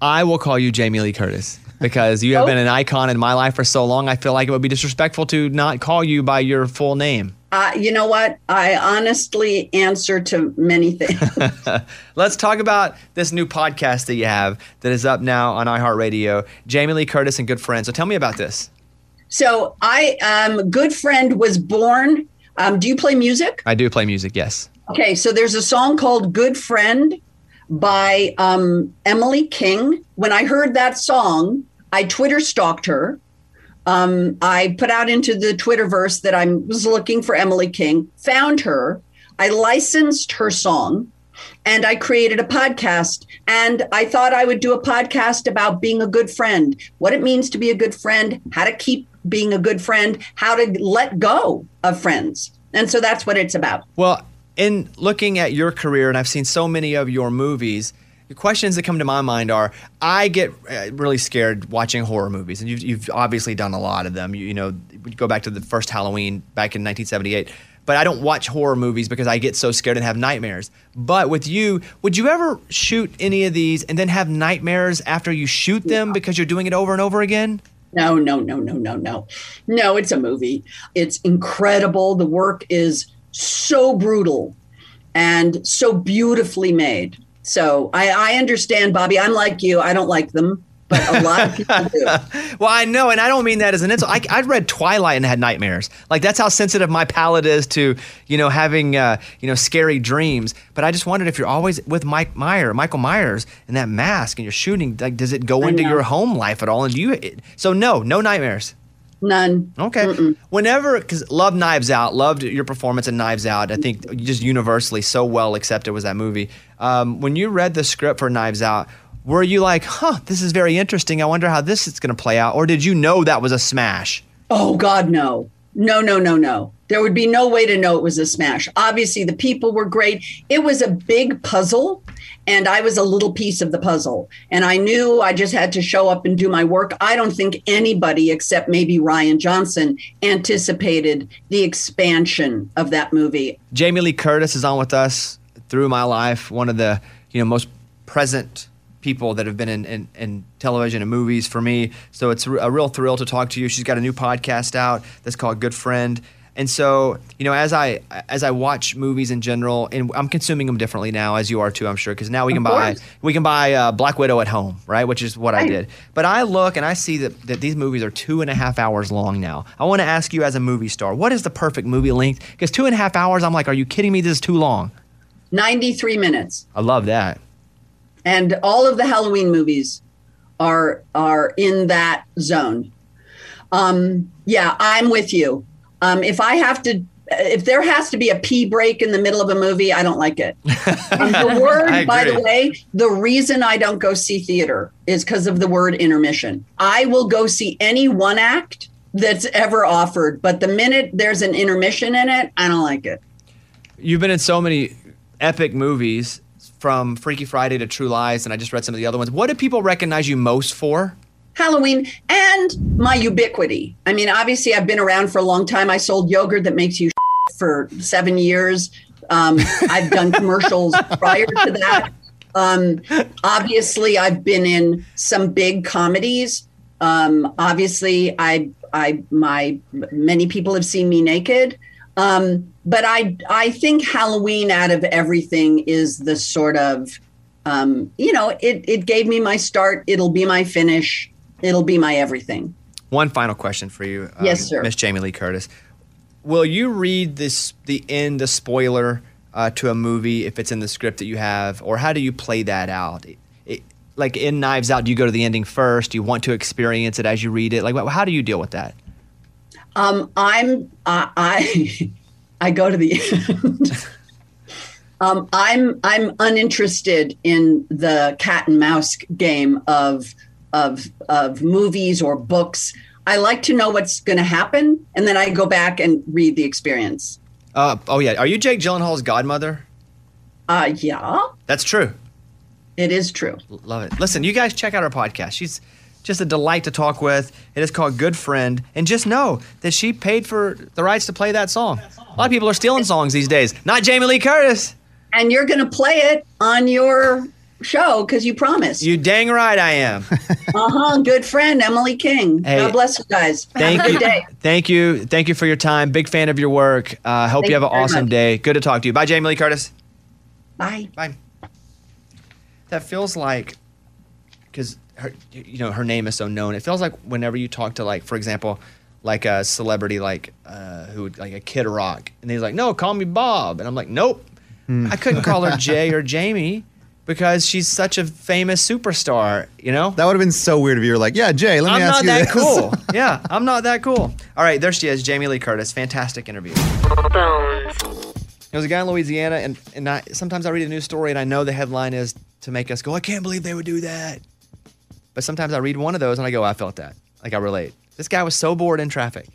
S6: I will call you Jamie Lee Curtis because you have been an icon in my life for so long. I feel like it would be disrespectful to not call you by your full name. <laughs>
S21: Uh, you know what? I honestly answer to many things. <laughs>
S6: Let's talk about this new podcast that you have that is up now on iHeartRadio, Jamie Lee Curtis and Good Friends. So tell me about this.
S21: So I um good friend was born. Um, do you play music?
S6: I do play music, yes.
S21: Okay, so there's a song called Good Friend by um, Emily King. When I heard that song, I Twitter stalked her. Um, I put out into the Twitterverse that I was looking for Emily King, found her. I licensed her song and I created a podcast. And I thought I would do a podcast about being a good friend, what it means to be a good friend, how to keep being a good friend, how to let go of friends. And so that's what it's about.
S6: Well, in looking at your career, and I've seen so many of your movies, the questions that come to my mind are: I get uh, really scared watching horror movies, and you've, you've obviously done a lot of them. You, you know, we go back to the first Halloween back in 1978. But I don't watch horror movies because I get so scared and have nightmares. But with you, would you ever shoot any of these and then have nightmares after you shoot them because you're doing it over and over again?
S21: No, no, no, no, no, no. No, it's a movie. It's incredible. The work is so brutal and so beautifully made. So I, I understand, Bobby. I'm like you. I don't like them, but a lot of people do.
S6: <laughs> Well, I know, and I don't mean that as an insult. I, I read Twilight and had nightmares. Like that's how sensitive my palate is to you know having uh, you know scary dreams. But I just wondered if you're always with Mike Meyer, Michael Myers, and that mask, and you're shooting. Like, does it go
S21: I
S6: into
S21: know.
S6: your home life at all? And do you? It, so no, no nightmares.
S21: None.
S6: Okay. Whenever, because love Knives Out, loved your performance in Knives Out. I think just universally so well accepted was that movie. Um, when you read the script for Knives Out, were you like, huh, this is very interesting. I wonder how this is going to play out? Or did you know that was a smash?
S21: Oh God, no. No, no, no, no. There would be no way to know it was a smash. Obviously, the people were great. It was a big puzzle, and I was a little piece of the puzzle. And I knew I just had to show up and do my work. I don't think anybody, except maybe Ryan Johnson, anticipated the expansion of that movie.
S6: Jamie Lee Curtis is on with us through my life, one of the you know most present people that have been in, in, in television and movies for me. So it's a real thrill to talk to you. She's got a new podcast out that's called Good Friend.
S1: And so, you know, as I as I watch movies in general, and I'm consuming them differently now, as you are too, I'm sure, because now we
S22: Of
S1: can buy
S22: course.
S1: we can buy uh, Black Widow at home, right? Which is what I
S22: Right.
S1: did. But I look and I see that that these movies are two and a half hours long now. I want to ask you, as a movie star, what is the perfect movie length? Because two and a half hours, I'm like, are you kidding me? This is too long.
S21: 93 minutes.
S1: I love that.
S21: and all of the Halloween movies are are in that zone. Um, yeah, I'm with you. Um, if I have to, if there has to be a pee break in the middle of a movie, I don't like
S5: <laughs>
S21: it. Um, the
S5: I
S21: word, by
S5: agree.
S21: the way, the reason I don't go see theater is because of the word intermission. I will go see any one act that's ever offered, but the minute there's an intermission in it, I don't like it.
S1: You've been in so many epic movies, from Freaky Friday to True Lies, and I just read some of the other ones. What do people recognize you most for?
S21: Halloween and my ubiquity. I mean, obviously, I've been around for a long time. I sold yogurt that makes you <laughs> for seven years. Um, I've done commercials prior to that. Um, obviously, I've been in some big comedies. Um, obviously, I, I, my many people have seen me naked. Um, but I, I think Halloween out of everything is the sort of, um, you know, it, it gave me my start. It'll be my finish. It'll be my everything.
S1: One final question for you, um,
S21: Yes, sir.
S1: Miss Jamie Lee Curtis. Will you read this the end, the spoiler uh, to a movie if it's in the script that you have, or how do you play that out? It, it, like in Knives Out, do you go to the ending first? Do you want to experience it as you read it? Like, wh- how do you deal with that?
S21: Um, I'm uh, I <laughs> I go to the <laughs> end. um, I'm I'm uninterested in the cat and mouse game of of of movies or books. I like to know what's going to happen, and then I go back and read the experience.
S1: Uh, oh yeah, are you Jake Gyllenhaal's godmother?
S21: Uh, yeah,
S1: That's true.
S21: it is true.
S1: Love it. Listen, you guys check out her podcast. She's just a delight to talk with. It is called Good Friend. And just know that she paid for the rights to play that song. A lot of people are stealing songs these days. Not Jamie Lee Curtis.
S21: And you're going to play it on your show because you
S1: <laughs>
S21: promised.
S1: You dang right
S21: <laughs>
S1: I am.
S21: uh huh. Good friend Emily King.
S1: Hey.
S21: God bless you guys.
S1: Thank
S21: Have a
S1: you.
S21: good day.
S1: Thank you. Thank you for your time. Big fan of your work. Uh, hope
S21: Thank
S1: you have
S21: you
S1: an
S21: very
S1: awesome
S21: much.
S1: day. Good to talk to you. Bye, Jamie Lee Curtis.
S21: Bye.
S1: Bye. That feels like, because her, you know, her name is so known. It feels like whenever you talk to, like, for example, like a celebrity, like uh, who, would- like a Kid Rock, and he's like, "No, call me Bob," and I'm like, "Nope,
S7: Hmm.
S1: I couldn't call
S7: <laughs>
S1: her Jay or Jamie because she's such a famous superstar." You know,
S7: That would have been so weird if you were like, yeah, Jay, let me
S1: I'm
S7: ask
S1: not
S7: you
S1: that
S7: this. <laughs>
S1: cool. Yeah, I'm not that cool. All right, there she is, Jamie Lee Curtis. Fantastic interview. There was a guy in Louisiana, and and I sometimes I read a news story and I know the headline is to make us go, I can't believe they would do that. But sometimes I read one of those and I go, I felt that. Like I relate. This guy was so bored in traffic.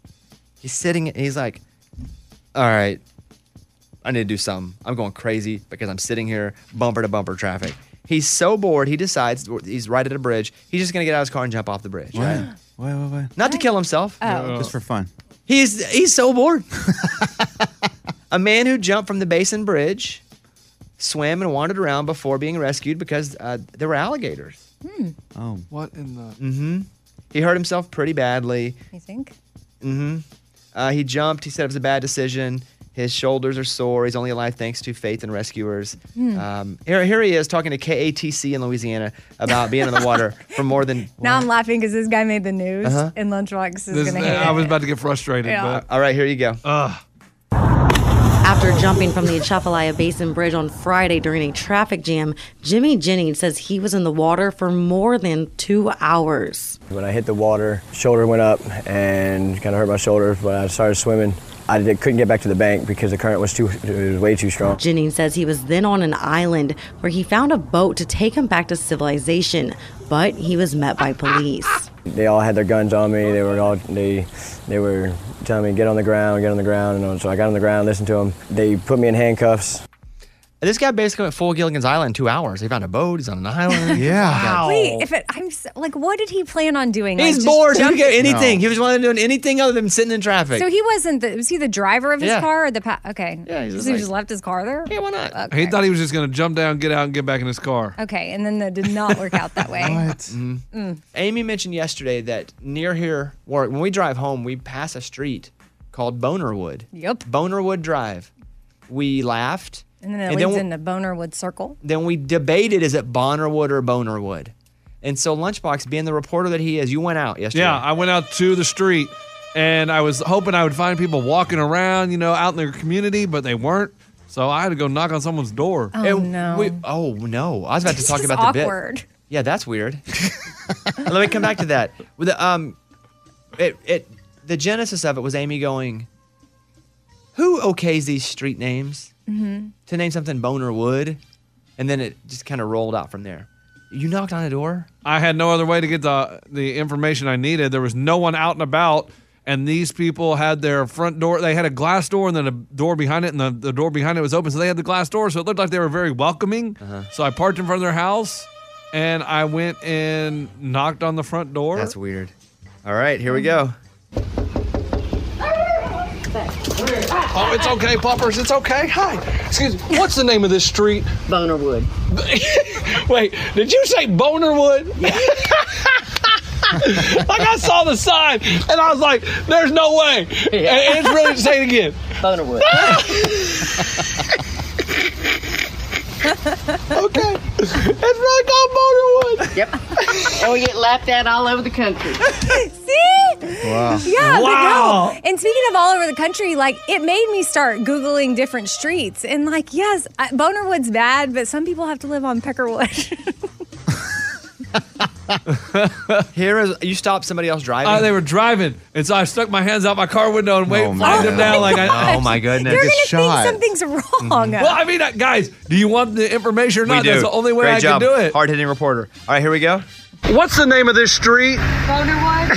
S1: He's sitting and he's like, All right, I need to do something. I'm going crazy because I'm sitting here bumper to bumper traffic. He's so bored, he decides he's right at a bridge. He's just gonna get out of his car and jump off the bridge. Right?
S7: Wait, wait, wait.
S1: Not to kill himself.
S7: Oh. Just for fun.
S1: He's he's so bored. <laughs> a man who jumped from the Basin Bridge, swam and wandered around before being rescued because uh, there were alligators.
S7: Oh.
S2: What in the?
S1: Mm-hmm. He hurt himself pretty badly.
S3: I think.
S1: Mm-hmm. Uh, he jumped. He said it was a bad decision. His shoulders are sore. He's only alive thanks to faith and rescuers.
S3: Hmm.
S1: Um, here, here he is talking to KATC in Louisiana about being in the
S3: <laughs>
S1: water for more than
S3: Now I'm laughing because this guy made the news
S1: Uh-huh.
S3: and Lunchbox is
S1: This-
S3: going to
S1: I
S3: hate
S1: was
S3: it.
S2: about to get frustrated.
S3: Yeah.
S2: But.
S1: All right, here you go.
S23: After jumping from the Atchafalaya Basin Bridge on Friday during a traffic jam, Jimmy Jennings says he was in the water for more than two hours.
S24: When I hit the water, shoulder went up and kind of hurt my shoulder, but I started swimming. I did- couldn't get back to the bank because the current was too it was way too strong.
S23: Jennings says he was then on an island where he found a boat to take him back to civilization, but he was met by police.
S24: They all had their guns on me. They were all they they were telling me get on the ground, get on the ground, and so I got on the ground, listened to them. They put me in handcuffs.
S1: This guy basically went full Gilligan's Island in two hours. He found a boat. He's on
S2: <laughs>
S1: an island. yeah. <laughs>
S3: Wait, if it, I'm so, like, what did he plan on doing? Like,
S1: He's
S3: just
S1: bored. He didn't
S3: jumping-
S1: get anything. He was wanting to do anything other than sitting in traffic.
S3: So he wasn't. The, was he the driver of his
S2: Yeah.
S3: car or the? Pa- okay. Yeah.
S2: he's
S3: so
S2: just
S3: he
S2: like-
S3: just left his car there. Yeah.
S1: Why not?
S2: He thought he was just going to jump down, get out, and get back in his car.
S3: Okay, and then that did not work out
S2: <laughs>
S3: that way.
S1: Mm.
S3: Mm.
S1: Amy mentioned yesterday that near here, where when we drive home, we pass a street
S6: called Bonerwood.
S20: Yep.
S6: Bonerwood Drive. We laughed.
S20: And then it
S6: And then
S20: leads
S6: we-
S20: into Bonerwood Circle.
S6: Then we debated is it Bonnerwood or Bonerwood? And so Lunchbox, being the reporter that he is, you went out yesterday.
S2: Yeah, I went out to the street and I was hoping I would find people walking around, you know, out in their community, but they weren't. So I had to go knock on someone's door.
S20: Oh, no.
S6: we- oh no! I was about to talk
S20: This is
S6: about the
S20: awkward.
S6: bit. Yeah,
S20: <laughs>
S6: that's weird. Let me come back to that. With the, um, it it the genesis of it was Amy going, "Who okays these street names?"
S25: Mm-hmm.
S7: <laughs>
S20: Mhm.
S6: To name something Boner Wood, and then it just kind of rolled out from there. You knocked on a door.
S2: I had no other way to get the the information I needed. There was no one out and about, and these people had their front door. They had a glass door, and then a door behind it, and the, the door behind it was open. So they had the glass door, so it looked like they were very welcoming.
S6: Uh-huh.
S2: So I parked in front of their house, and I went and knocked on the front door. That's
S6: weird. All right, here we go.
S2: Oh, it's okay, Poppers. It's okay. Hi. Excuse me. What's the name of this street?
S25: Bonerwood.
S2: <laughs> Wait, did you say Bonerwood? <laughs> like I saw the sign and I was like, "There's no way." And it's really say it again. <laughs>
S25: Bonerwood.
S2: okay. It's really called
S25: Bonerwood. Yep. and we get laughed at all over the
S3: <laughs>
S25: country.
S20: See?
S25: Wow.
S20: Yeah,
S25: Wow.
S20: but no. And speaking of all over the country, like it made me start Googling different streets. And like, yes, I, Bonerwood's bad, but some people have to live on Peckerwood.
S6: Here is you stopped somebody else driving.
S2: Uh, they were driving, and so I stuck my hands out my car window and waved, flagged them down like, I,
S6: oh my Oh, goodness,
S20: You're going to think something's wrong.
S2: Well, I mean, uh, guys, do you want the information or
S6: We
S2: not?
S6: do.
S2: That's the only way
S6: Great
S2: I
S6: job.
S2: can do it.
S6: Hard hitting reporter. All right, here we go.
S2: What's the name of this street?
S7: <laughs>
S25: Bonerwood.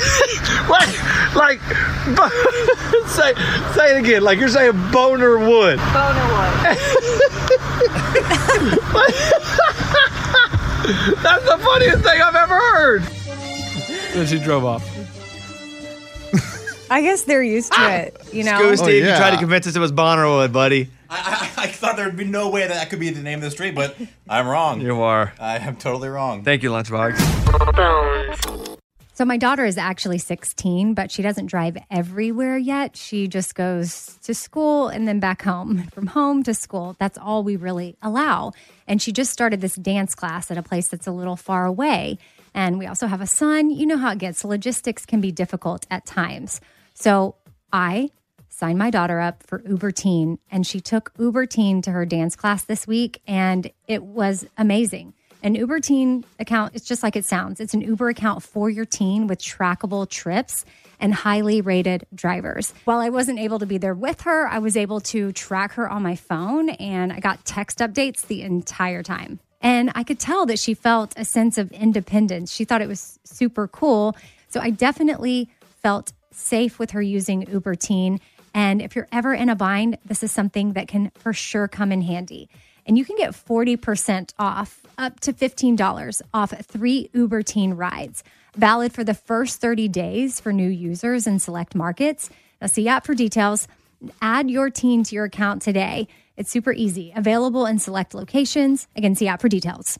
S2: like, <laughs> say, say it again. Like you're saying Bonerwood.
S7: <laughs>
S25: Bonerwood.
S2: That's the funniest thing I've ever heard. Then
S26: <laughs>
S2: she drove off.
S20: I guess they're used to it, you know.
S6: Scuba Steve, you tried to convince us it was Bonnerwood, buddy.
S26: I thought there would be no way that that could be the name of the street, but I'm wrong.
S6: You are.
S26: I am totally wrong.
S6: Thank you, Lunchbox.
S3: So my daughter is actually 16, but she doesn't drive everywhere yet. She just goes to school and then back home. <laughs> From home to school, that's all we really allow. And she just started this dance class at a place that's a little far away. And we also have a son. You know how it gets. Logistics can be difficult at times. So I signed my daughter up for Uber Teen, and she took Uber Teen to her dance class this week, and it was amazing. An Uber Teen account, it's just like it sounds. It's an Uber account for your teen with trackable trips and highly rated drivers. While I wasn't able to be there with her, I was able to track her on my phone and I got text updates the entire time. And I could tell that she felt a sense of independence. She thought it was super cool. So I definitely felt safe with her using Uber Teen. And if you're ever in a bind, this is something that can for sure come in handy. And you can get 40% off, up to $15 off three Uber Teen rides, valid for the first 30 days for new users in select markets. Now, see app for details. Add your teen to your account today. It's super easy, available in select locations. Again, see app for details.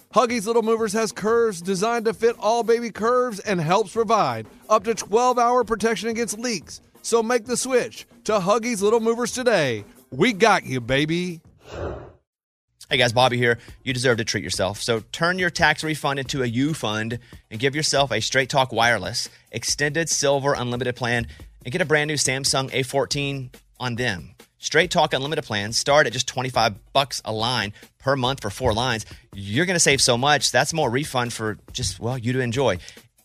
S12: Huggies Little Movers has curves designed to fit all baby curves and helps provide up to 12 hour protection against leaks. So make the switch to Huggies Little Movers today. We got you, baby.
S1: Hey guys, Bobby here. You deserve to treat yourself. So turn your tax refund into a U fund and give yourself a Straight Talk Wireless Extended Silver Unlimited plan and get a brand new Samsung A14 on them. Straight Talk Unlimited plans start at just 25 bucks a line per month for four lines. You're going to save so much. That's more refund for just well, you to enjoy.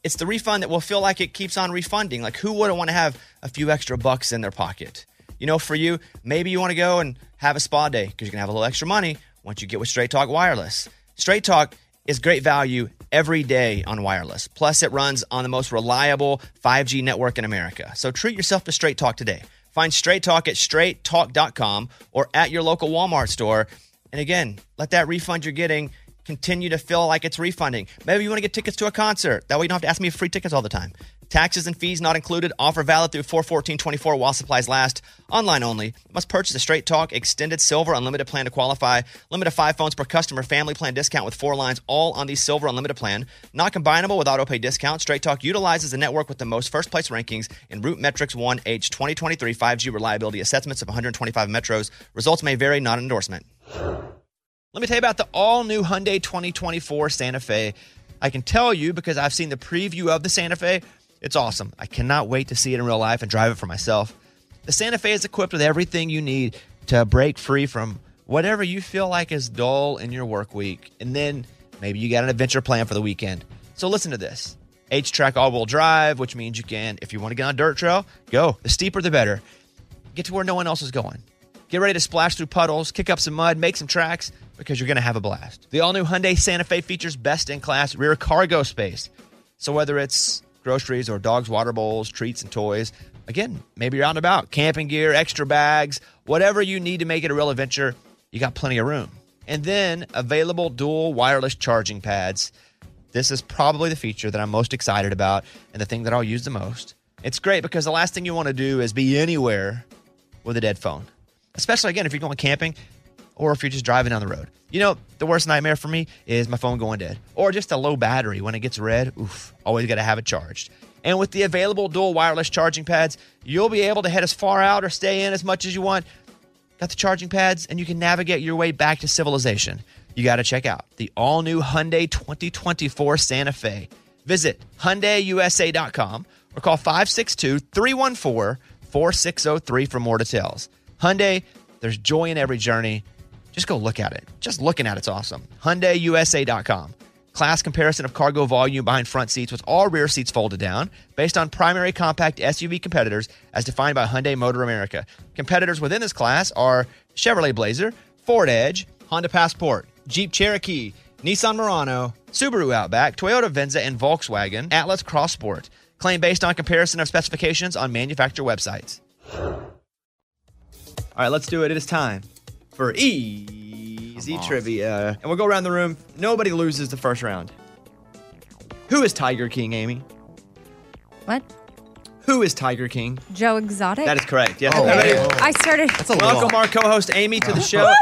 S1: It's the refund that will feel like it keeps on refunding. Like who wouldn't want to have a few extra bucks in their pocket? You know, for you, maybe you want to go and have a spa day because you're going to have a little extra money once you get with Straight Talk Wireless. Straight Talk is great value every day on wireless. Plus, it runs on the most reliable 5G network in America. So treat yourself to Straight Talk today. Find Straight Talk at straighttalk.com or at your local Walmart store. And And again, let that refund you're getting continue to feel like it's refunding. Maybe you want to get tickets to a concert. That way you don't have to ask me for free tickets all the time. Taxes and fees not included. Offer valid through 41424 while supplies last. Online only. Must purchase a straight talk, extended silver unlimited plan to qualify. Limit of five phones per customer. Family plan discount with four lines all on the silver unlimited plan. Not combinable with auto pay discount. Straight talk utilizes the network with the most first place rankings in Root Metrics 1H 2023 5G reliability assessments of 125 metros. Results may vary, not an endorsement. Let me tell you about the all new Hyundai 2024 Santa Fe. I can tell you because I've seen the preview of the Santa Fe. It's awesome. I cannot wait to see it in real life and drive it for myself. The Santa Fe is equipped with everything you need to break free from whatever you feel like is dull in your work week. And then maybe you got an adventure plan for the weekend. So listen to this H track all wheel drive, which means you can, if you want to get on a dirt trail, go. The steeper, the better. Get to where no one else is going. Get ready to splash through puddles, kick up some mud, make some tracks, because you're going to have a blast. The all new Hyundai Santa Fe features best in class rear cargo space. So whether it's groceries or dogs' water bowls, treats, and toys, again, maybe you're out and about, camping gear, extra bags, whatever you need to make it a real adventure, you got plenty of room. And then available dual wireless charging pads. This is probably the feature that I'm most excited about and the thing that I'll use the most. It's great because the last thing you want to do is be anywhere with a dead phone especially again if you're going camping or if you're just driving down the road. You know, the worst nightmare for me is my phone going dead or just a low battery when it gets red. Oof, always got to have it charged. And with the available dual wireless charging pads, you'll be able to head as far out or stay in as much as you want. Got the charging pads and you can navigate your way back to civilization. You got to check out the all new Hyundai 2024 Santa Fe. Visit HyundaiUSA.com or call 562 314 4603 for more details. Hyundai, there's joy in every journey. Just go look at it. Just looking at it's awesome. HyundaiUSA.com. Class comparison of cargo volume behind front seats with all rear seats folded down based on primary compact SUV competitors as defined by Hyundai Motor America. Competitors within this class are Chevrolet Blazer, Ford Edge, Honda Passport, Jeep Cherokee, Nissan Murano, Subaru Outback, Toyota Venza, and Volkswagen Atlas Cross Sport. Claim based on comparison of specifications on manufacturer websites.
S6: All right, let's do it. It is time for easy trivia. And we'll go around the room. Nobody loses the first round. Who is Tiger King, Amy?
S3: What?
S6: Who is Tiger King?
S3: Joe Exotic.
S6: That is correct. Yes.
S3: Oh,
S6: everybody-
S3: I started.
S6: Welcome our co-host Amy to the
S3: <laughs>
S6: show.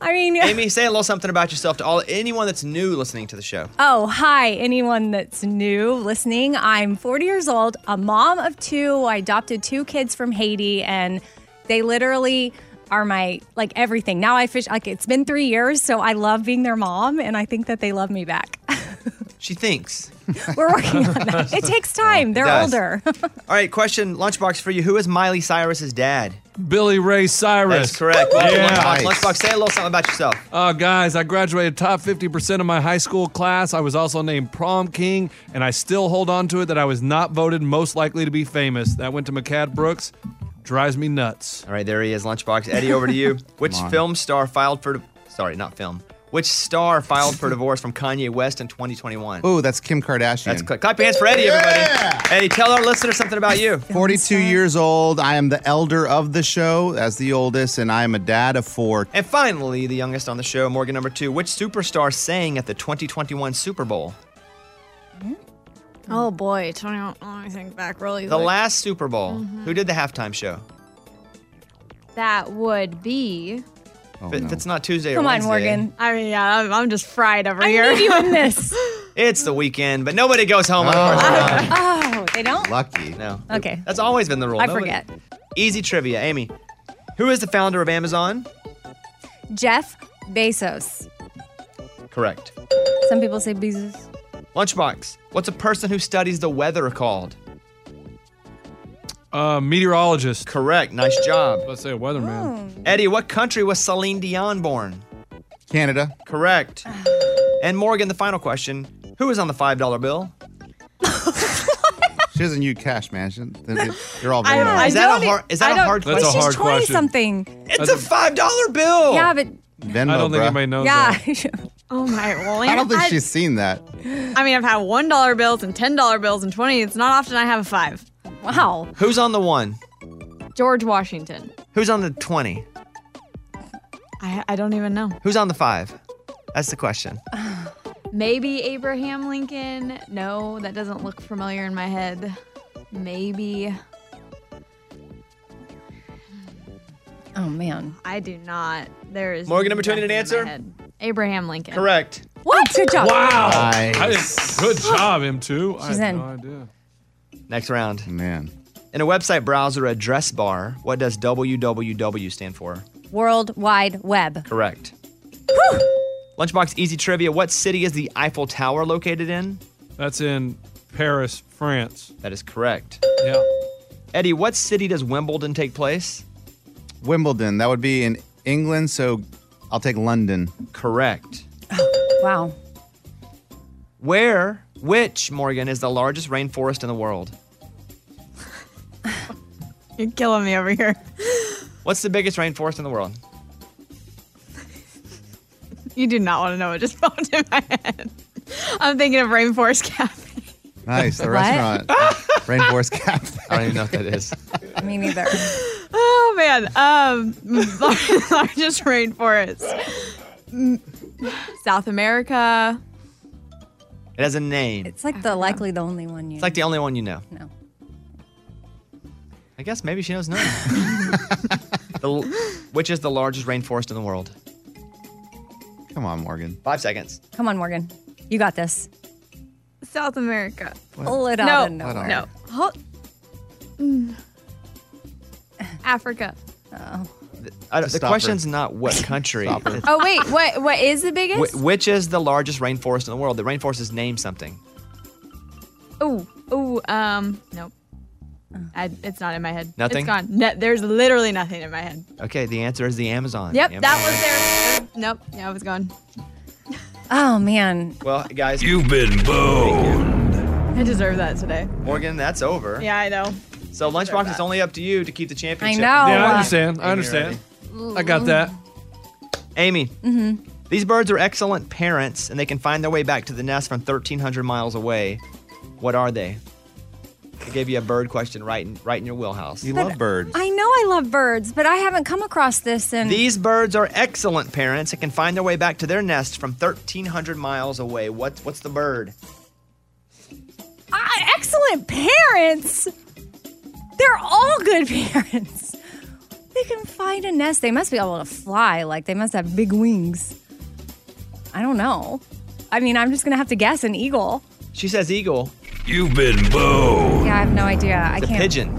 S3: I mean,
S6: Amy, say a little something about yourself to all anyone that's new listening to the show.
S3: Oh, hi, anyone that's new listening. I'm 40 years old, a mom of two. I adopted two kids from Haiti, and they literally are my like everything. Now I fish, like, it's been three years, so I love being their mom, and I think that they love
S6: <laughs>
S3: me back. <laughs>
S6: She thinks.
S3: We're working on that. It takes time, they're
S6: does. <laughs>
S3: older. <laughs>
S6: All right, question lunchbox for you. Who is Miley Cyrus's dad?
S2: Billy Ray Cyrus.
S6: That's correct. Welcome, Lunchbox.
S2: Yeah.
S6: Lunchbox, say a little something about yourself.
S2: Uh, guys, I graduated top 50% of my high school class. I was also named prom king, and I still hold on to it that I was not voted most likely to be famous. That went to McCad Brooks. Drives me nuts.
S6: All right, there he is, Lunchbox. Eddie, over to you. Which
S2: <laughs> Come on.
S6: film star filed for? Sorry, not film. Which star filed for divorce from Kanye West in 2021?
S7: Oh, that's Kim Kardashian.
S6: That's cl- clap your hands for Eddie, everybody. Eddie, tell our listeners something about you.
S7: 42 years old. I am the elder of the show as the oldest, and I am a dad of four.
S6: And finally, the youngest on the show, Morgan number two. Which superstar sang at the 2021 Super Bowl?
S9: Oh boy, Tony, I think back really.
S6: The
S9: quick.
S6: last Super Bowl.
S9: Mm-hmm.
S6: Who did the halftime show?
S9: that would be.
S2: Oh,
S6: But It's not Tuesday
S9: Come
S6: or
S9: on,
S6: Wednesday.
S9: Morgan. I mean, yeah, I'm, I'm just fried over here.
S3: need you
S9: <laughs>
S7: <laughs>
S3: in this.
S6: It's the weekend, but nobody goes home on the first round.
S2: <laughs>
S3: oh, they don't?
S6: Lucky. No.
S3: Okay.
S6: That's always been the rule.
S3: I
S6: Nobody-
S3: forget.
S6: Easy trivia, Amy. Who is the founder of Amazon?
S3: Jeff Bezos.
S6: Correct.
S3: Some people say Bezos.
S6: Lunchbox. What's a person who studies the weather called?
S2: Uh, meteorologist.
S6: Correct. Nice job.
S2: Let's say a weatherman.
S6: Eddie, what country was Celine Dion born?
S7: Canada.
S6: Correct. and Morgan, the final question. Who is on the $5 bill?
S7: She doesn't use cash, man. She, you're all
S3: <laughs> I-
S7: very
S3: I
S7: nice.
S6: Oh, Is that a
S3: don't- e-
S6: hard- is that
S3: I
S6: a
S3: don't-
S6: hard question? That's a
S3: She's
S6: hard
S3: 20
S6: question.
S3: something.
S6: It's a $5 bill.
S3: Yeah, but
S7: Venmo,
S2: I don't think
S7: bruh.
S2: anybody knows
S9: Yeah. <laughs> oh my, well,
S7: I don't think
S9: I,
S7: she's seen that.
S9: I mean, I've had one dollar bills and ten dollar bills and twenty. It's not often I have a five. Wow.
S6: Who's on the one?
S9: George Washington.
S6: Who's on the 20?
S9: I, I don't even know.
S1: Who's on the five? That's the question.
S9: Maybe Abraham Lincoln. No, that doesn't look familiar in my head. Maybe.
S3: Oh man.
S9: I do not. There is
S1: Morgan, number two, I need an
S9: nothing in
S1: answer?
S9: my head. Abraham Lincoln.
S1: Correct.
S9: What? good job.
S2: Wow.
S1: Nice.
S2: I did- good job, him too. I
S9: She's
S2: had
S9: in.
S2: no idea.
S1: Next round.
S7: Man.
S1: In a website browser address bar, what does www stand for?
S3: World Wide Web.
S1: Correct. Lunchbox Easy Trivia. What city is the Eiffel Tower located in?
S2: That's in Paris, France.
S1: That is correct.
S2: Yeah.
S1: Eddie, what city does Wimbledon take place?
S7: Wimbledon. That would be in England, so I'll take London.
S1: Correct.
S3: <sighs> Wow.
S1: Where, which, Morgan, is the largest rainforest in the world?
S9: <laughs> You're killing me over here.
S1: What's the biggest rainforest in the world?
S9: You do not want to know what just <laughs> popped in my head. I'm thinking of Rainforest Cafe.
S7: Nice. The
S9: What?
S7: restaurant. Rainforest Cafe. I
S1: don't even know what that is.
S3: Me neither.
S9: <laughs> Oh man. Um, <laughs> largest rainforest. Mm, South America.
S1: It has a name.
S3: It's like the likely the only one you
S1: It's like the only one you know.
S3: No.
S1: I guess maybe she knows none. <laughs> The l- which is the largest rainforest in the world?
S7: Come on, Morgan.
S1: Five seconds.
S3: Come on, Morgan. You got this.
S9: South America.
S3: What? Pull it
S9: no.
S3: out of nowhere.
S9: No. Hol- Mm. Africa.
S3: Oh.
S1: I,
S3: Just
S1: the
S3: stop her.
S1: question's not what country. It's-
S9: Oh wait, what what is the
S1: wh-
S9: biggest?
S1: which is the largest rainforest in the world? The rainforest is named something.
S9: Oh, oh, um, nope.
S3: Uh.
S9: I, it's not in my head.
S1: Nothing?
S9: It's gone. No, there's literally nothing in my head.
S1: Okay, the answer is the Amazon.
S9: Yep,
S1: The Amazon.
S9: that was there. Nope, yeah, it was gone.
S3: Oh man.
S1: Well, guys,
S27: you've been boned.
S9: I deserve that today.
S1: Morgan, that's over.
S9: Yeah, I know.
S1: So lunchbox is only up to you to keep the championship.
S9: I know. Yeah, I understand.
S2: I understand. I got that.
S1: Amy,
S9: Mm-hmm.
S1: these birds are excellent parents, and they can find their way back to the nest from 1,300 miles away. What are they? I gave you a bird question right in, right in your wheelhouse. You
S3: But love
S7: birds.
S3: I know I love birds, but I haven't come across this in
S1: These birds are excellent parents and can find their way back to their nest from 1,300 miles away. What, what's the bird?
S3: Ah, excellent parents. They're all good <laughs> parents. They can find a nest. They must be able to fly. Like they must have big wings. I don't know. I mean, I'm just gonna have to guess an eagle.
S1: She says eagle.
S27: You've been boned.
S3: Yeah, I have no idea. I
S1: It's a
S3: can't.
S1: pigeon.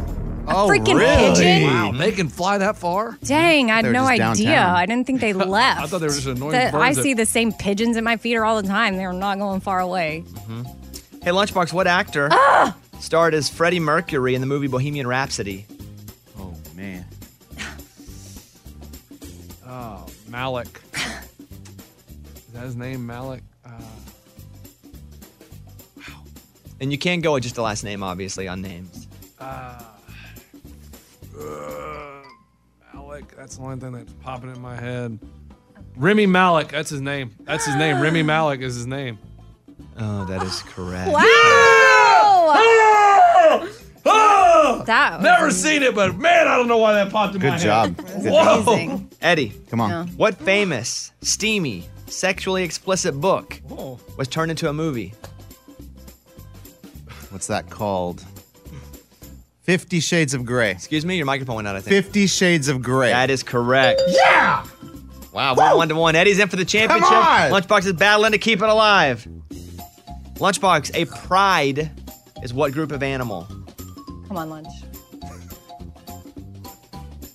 S2: Oh,
S3: A freaking pigeon?
S2: Wow, they can fly that far?
S3: Dang, I had
S2: They were
S3: no
S2: just
S3: idea.
S2: downtown.
S3: I
S2: <laughs>
S3: didn't think they left.
S2: I thought they were just annoying
S3: The-
S2: birds
S3: I
S2: that-
S3: see the same pigeons at my feeder all the time. They're not going far away.
S1: Hey, Lunchbox, what actor
S3: Ah!
S1: starred as Freddie Mercury in the movie Bohemian Rhapsody?
S7: Oh, man.
S2: Oh, <laughs> Malik. is that his name, Malik? Uh,
S1: And you can go with just the last name, obviously, on names.
S2: uh, uh, Malik. That's the only thing that's popping in my head. Remy Malik. That's his name. That's his
S28: <gasps>
S2: name. Remy Malik is his name.
S1: Oh, that is correct.
S2: Wow.
S3: That was
S2: Never seen it, but man, I don't know why that popped in my
S1: Good
S2: head.
S1: job. Good job.
S2: Whoa.
S1: Eddie.
S7: Come
S2: on. Yeah.
S1: What famous, steamy, sexually explicit book was turned into a movie?
S7: What's that called? Fifty Shades of Grey.
S1: Excuse me, your microphone went out, I think.
S7: Fifty Shades of Grey.
S1: That is correct.
S7: Yeah!
S1: Wow, we're one to one. Eddie's in for the championship.
S7: on!
S1: Lunchbox is battling to keep it alive. Lunchbox, a pride is what group of animal?
S3: Come on, lunch.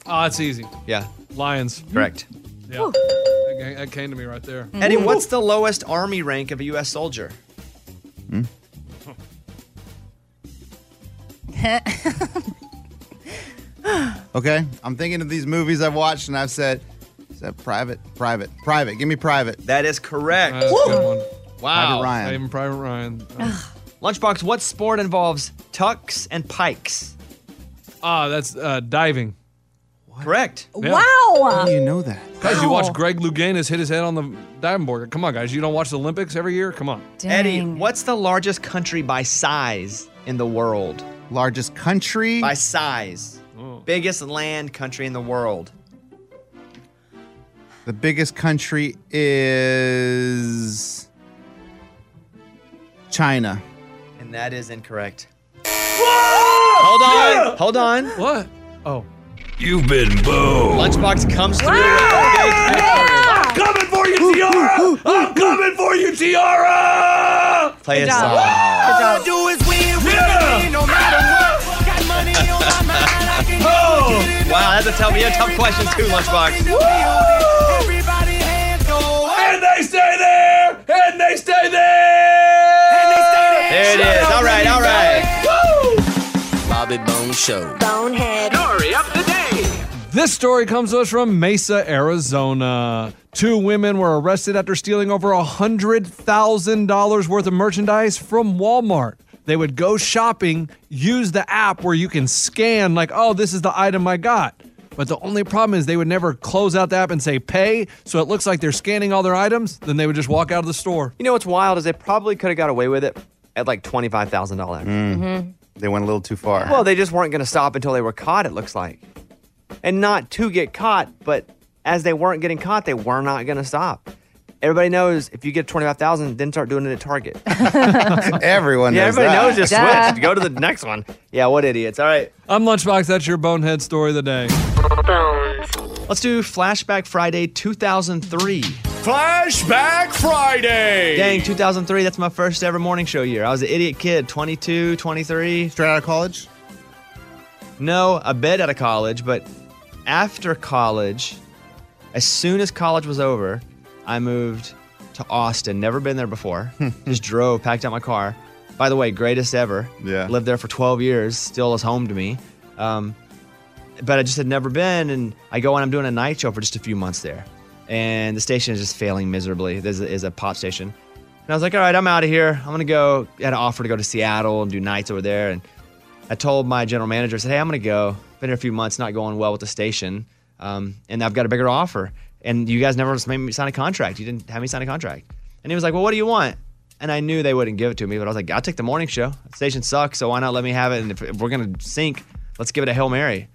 S2: Oh, it's easy.
S1: Yeah.
S2: Lions.
S1: Correct.
S2: Yeah. That, ca- that came to me right there.
S1: Eddie, what's the lowest army rank of a U.S. soldier?
S7: Okay. I'm thinking of these movies I've watched and I've said, is that private? Private. Private. Give me private.
S1: That is correct.
S2: That's a good one.
S1: Wow.
S7: Private Ryan.
S2: Saving Oh, Private Ryan.
S1: Lunchbox, what sport involves tucks and pikes?
S2: Ah, that's uh, diving.
S1: Correct.
S2: Yeah.
S7: know that?
S2: Guys, you
S1: Wow.
S2: watch Greg Louganis hit his head on the diving board. Come on, guys. You don't watch the Olympics every year? Come on.
S1: Eddie, what's the largest country by size in the world?
S7: Largest country?
S1: By
S2: Oh.
S1: size. Biggest land country in the world.
S7: The biggest country is China.
S29: And that is incorrect. Hold on. Hold on.
S2: What? Oh.
S28: You've been booed.
S29: Lunchbox comes through.
S28: Coming for you, Tiara! I'm coming for you, Tiara!
S29: Play
S28: a
S29: song.
S5: All I do is win, win, win, no matter what. Got money on my mind, I can oh.
S29: Wow, that's a tough, yeah, tough question too, Lunchbox.
S5: Everybody hands go up.
S28: And they stay there! And they stay there! And they stay there!
S29: There it is. All right, all right.
S28: Woo!
S2: Bobby Bone Show.
S5: Bonehead. Story of the day.
S2: This story comes to us from Mesa, Arizona. Two women were arrested after stealing over $100,000 worth of merchandise from Walmart. They would go shopping, use the app where you can scan, like, oh, this is the item I got. But the only problem is they would never close out the app and say pay, so it looks like they're scanning all their items, then they would just walk out of the store.
S1: You know what's wild is they probably could have got away with it at like $25,000.
S7: Mm. They went a little too far. <laughs>
S1: Well, they just weren't going to stop until they were caught, it looks like. And not to get caught, but as they weren't getting caught, they were not going to stop. Everybody knows if you get 25,000, then start doing it at Target.
S7: Everyone
S1: yeah,
S7: knows
S1: everybody
S7: that.
S1: knows just switch. Go to the next one. Yeah, what idiots. All right.
S2: I'm Lunchbox. That's your bonehead story of the day.
S1: Let's do Flashback Friday 2003.
S28: Flashback Friday!
S1: Dang, 2003, that's my first ever morning show year. I was an idiot kid, 22, 23. Straight
S7: out of college?
S1: No, a bit out of college, but after college, as soon as college was over, I moved to Austin. Never been
S7: <laughs>
S1: there before.
S7: Hmm.
S1: Just drove, packed out my car. By the way, greatest ever.
S7: Yeah.
S1: Lived there for 12 years, still is home to me. Um, but I just had never been, and I go and I'm doing a night show for just a few months there, and the station is just failing miserably. This is a pop station, and I was like, all right, I'm out of here. I'm gonna go. Had an offer to go to Seattle and do nights over there, and I told my general manager, I said, hey, I'm gonna go. Been here a few months, not going well with the station, um, and I've got a bigger offer. And you guys never made me sign a contract. You didn't have me sign a contract. And he was like, well, what do you want? And I knew they wouldn't give it to me, but I was like, I'll take the morning show. The station sucks, so why not let me have it? And if, if we're gonna sink, let's give it a hail mary.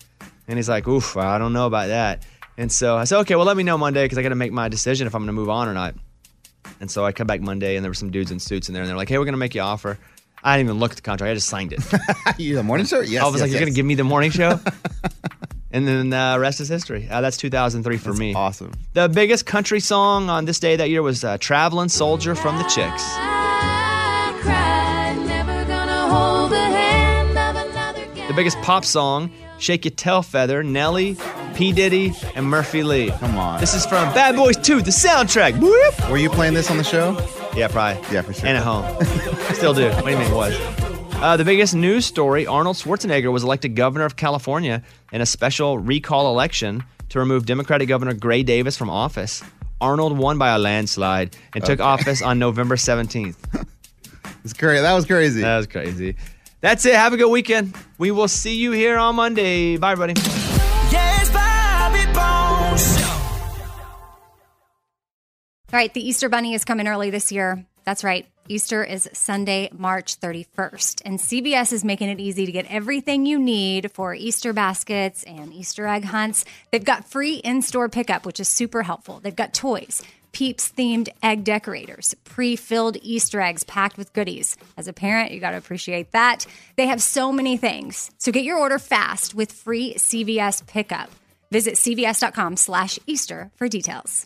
S1: And he's like, oof, I don't know about that. And so I said, okay, well, let me know Monday because I got to make my decision if I'm going to move on or not. And so I come back Monday and there were some dudes in suits in there and they're like, hey, we're going to make you an offer. I didn't even look at the contract. I just signed it.
S7: <laughs> you the morning show? Yes.
S1: I was
S7: yes,
S1: like, you're
S7: yes.
S1: going to give me the
S7: <laughs>
S1: morning show? and then the rest is history. Uh, that's 2003 for me.
S7: Awesome.
S1: The biggest country song on this day that year was uh, Traveling Soldier from the Chicks. The biggest pop song, Shake Your Tail Feather, Nelly, P. Diddy, and Murphy Lee. Come
S7: on.
S1: This is from Bad Boys 2, the soundtrack. Whoop.
S7: Were you playing this on the show?
S1: Yeah, probably.
S7: Yeah, for sure.
S1: And
S7: <laughs>
S1: at home. Still do. What do you mean it was? Uh, the biggest news story Arnold Schwarzenegger was elected governor of California in a special recall election to remove Democratic Governor Gray Davis from office. Arnold won by a landslide and took
S7: Okay.
S1: office on November 17th.
S7: <laughs> It's crazy. That was crazy.
S1: That was crazy. That's it. Have a good weekend. We will see you here on Monday. Bye, everybody.
S5: Yes, Bobby
S3: <laughs>
S5: Bones.
S3: All right, the Easter Bunny is coming early this year. That's right. Easter is Sunday, March 31st, and CBS is making it easy to get everything you need for Easter baskets and Easter egg hunts. They've got free in store pickup, which is super helpful. They've got toys, Peeps themed egg decorators, pre filled Easter eggs packed with goodies. As a parent, you got to appreciate that. They have so many things. So get your order fast with free CVS pickup. Visit cvs.com slash Easter for details.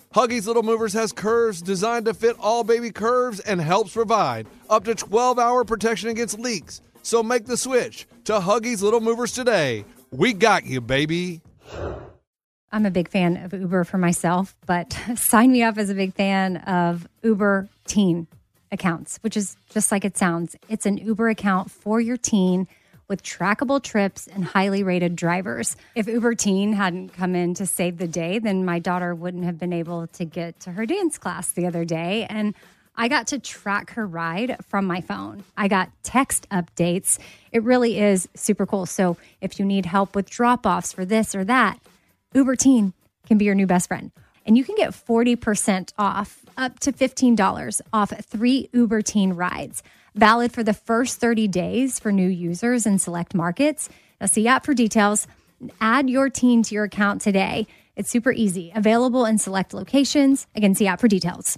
S2: Huggies Little Movers has curves designed to fit all baby curves and helps provide up to 12 hour protection against leaks. So make the switch to Huggies Little Movers today. We got you, baby.
S3: I'm a big fan of Uber for myself, but <laughs> sign me up as a big fan of Uber teen accounts, which is just like it sounds. It's an Uber account for your teen with trackable trips and highly rated drivers. If Uber teen hadn't come in to save the day, then my daughter wouldn't have been able to get to her dance class the other day. And I got to track her ride from my phone. I got text updates. It really is super cool. So if you need help with drop offs for this or that, Uber Teen can be your new best friend. And you can get 40% off, up to $15 off three Uber Teen rides, valid for the first 30 days for new users in select markets. Now, see app for details. Add your teen to your account today. It's super easy, available in select locations. Again, see app for details.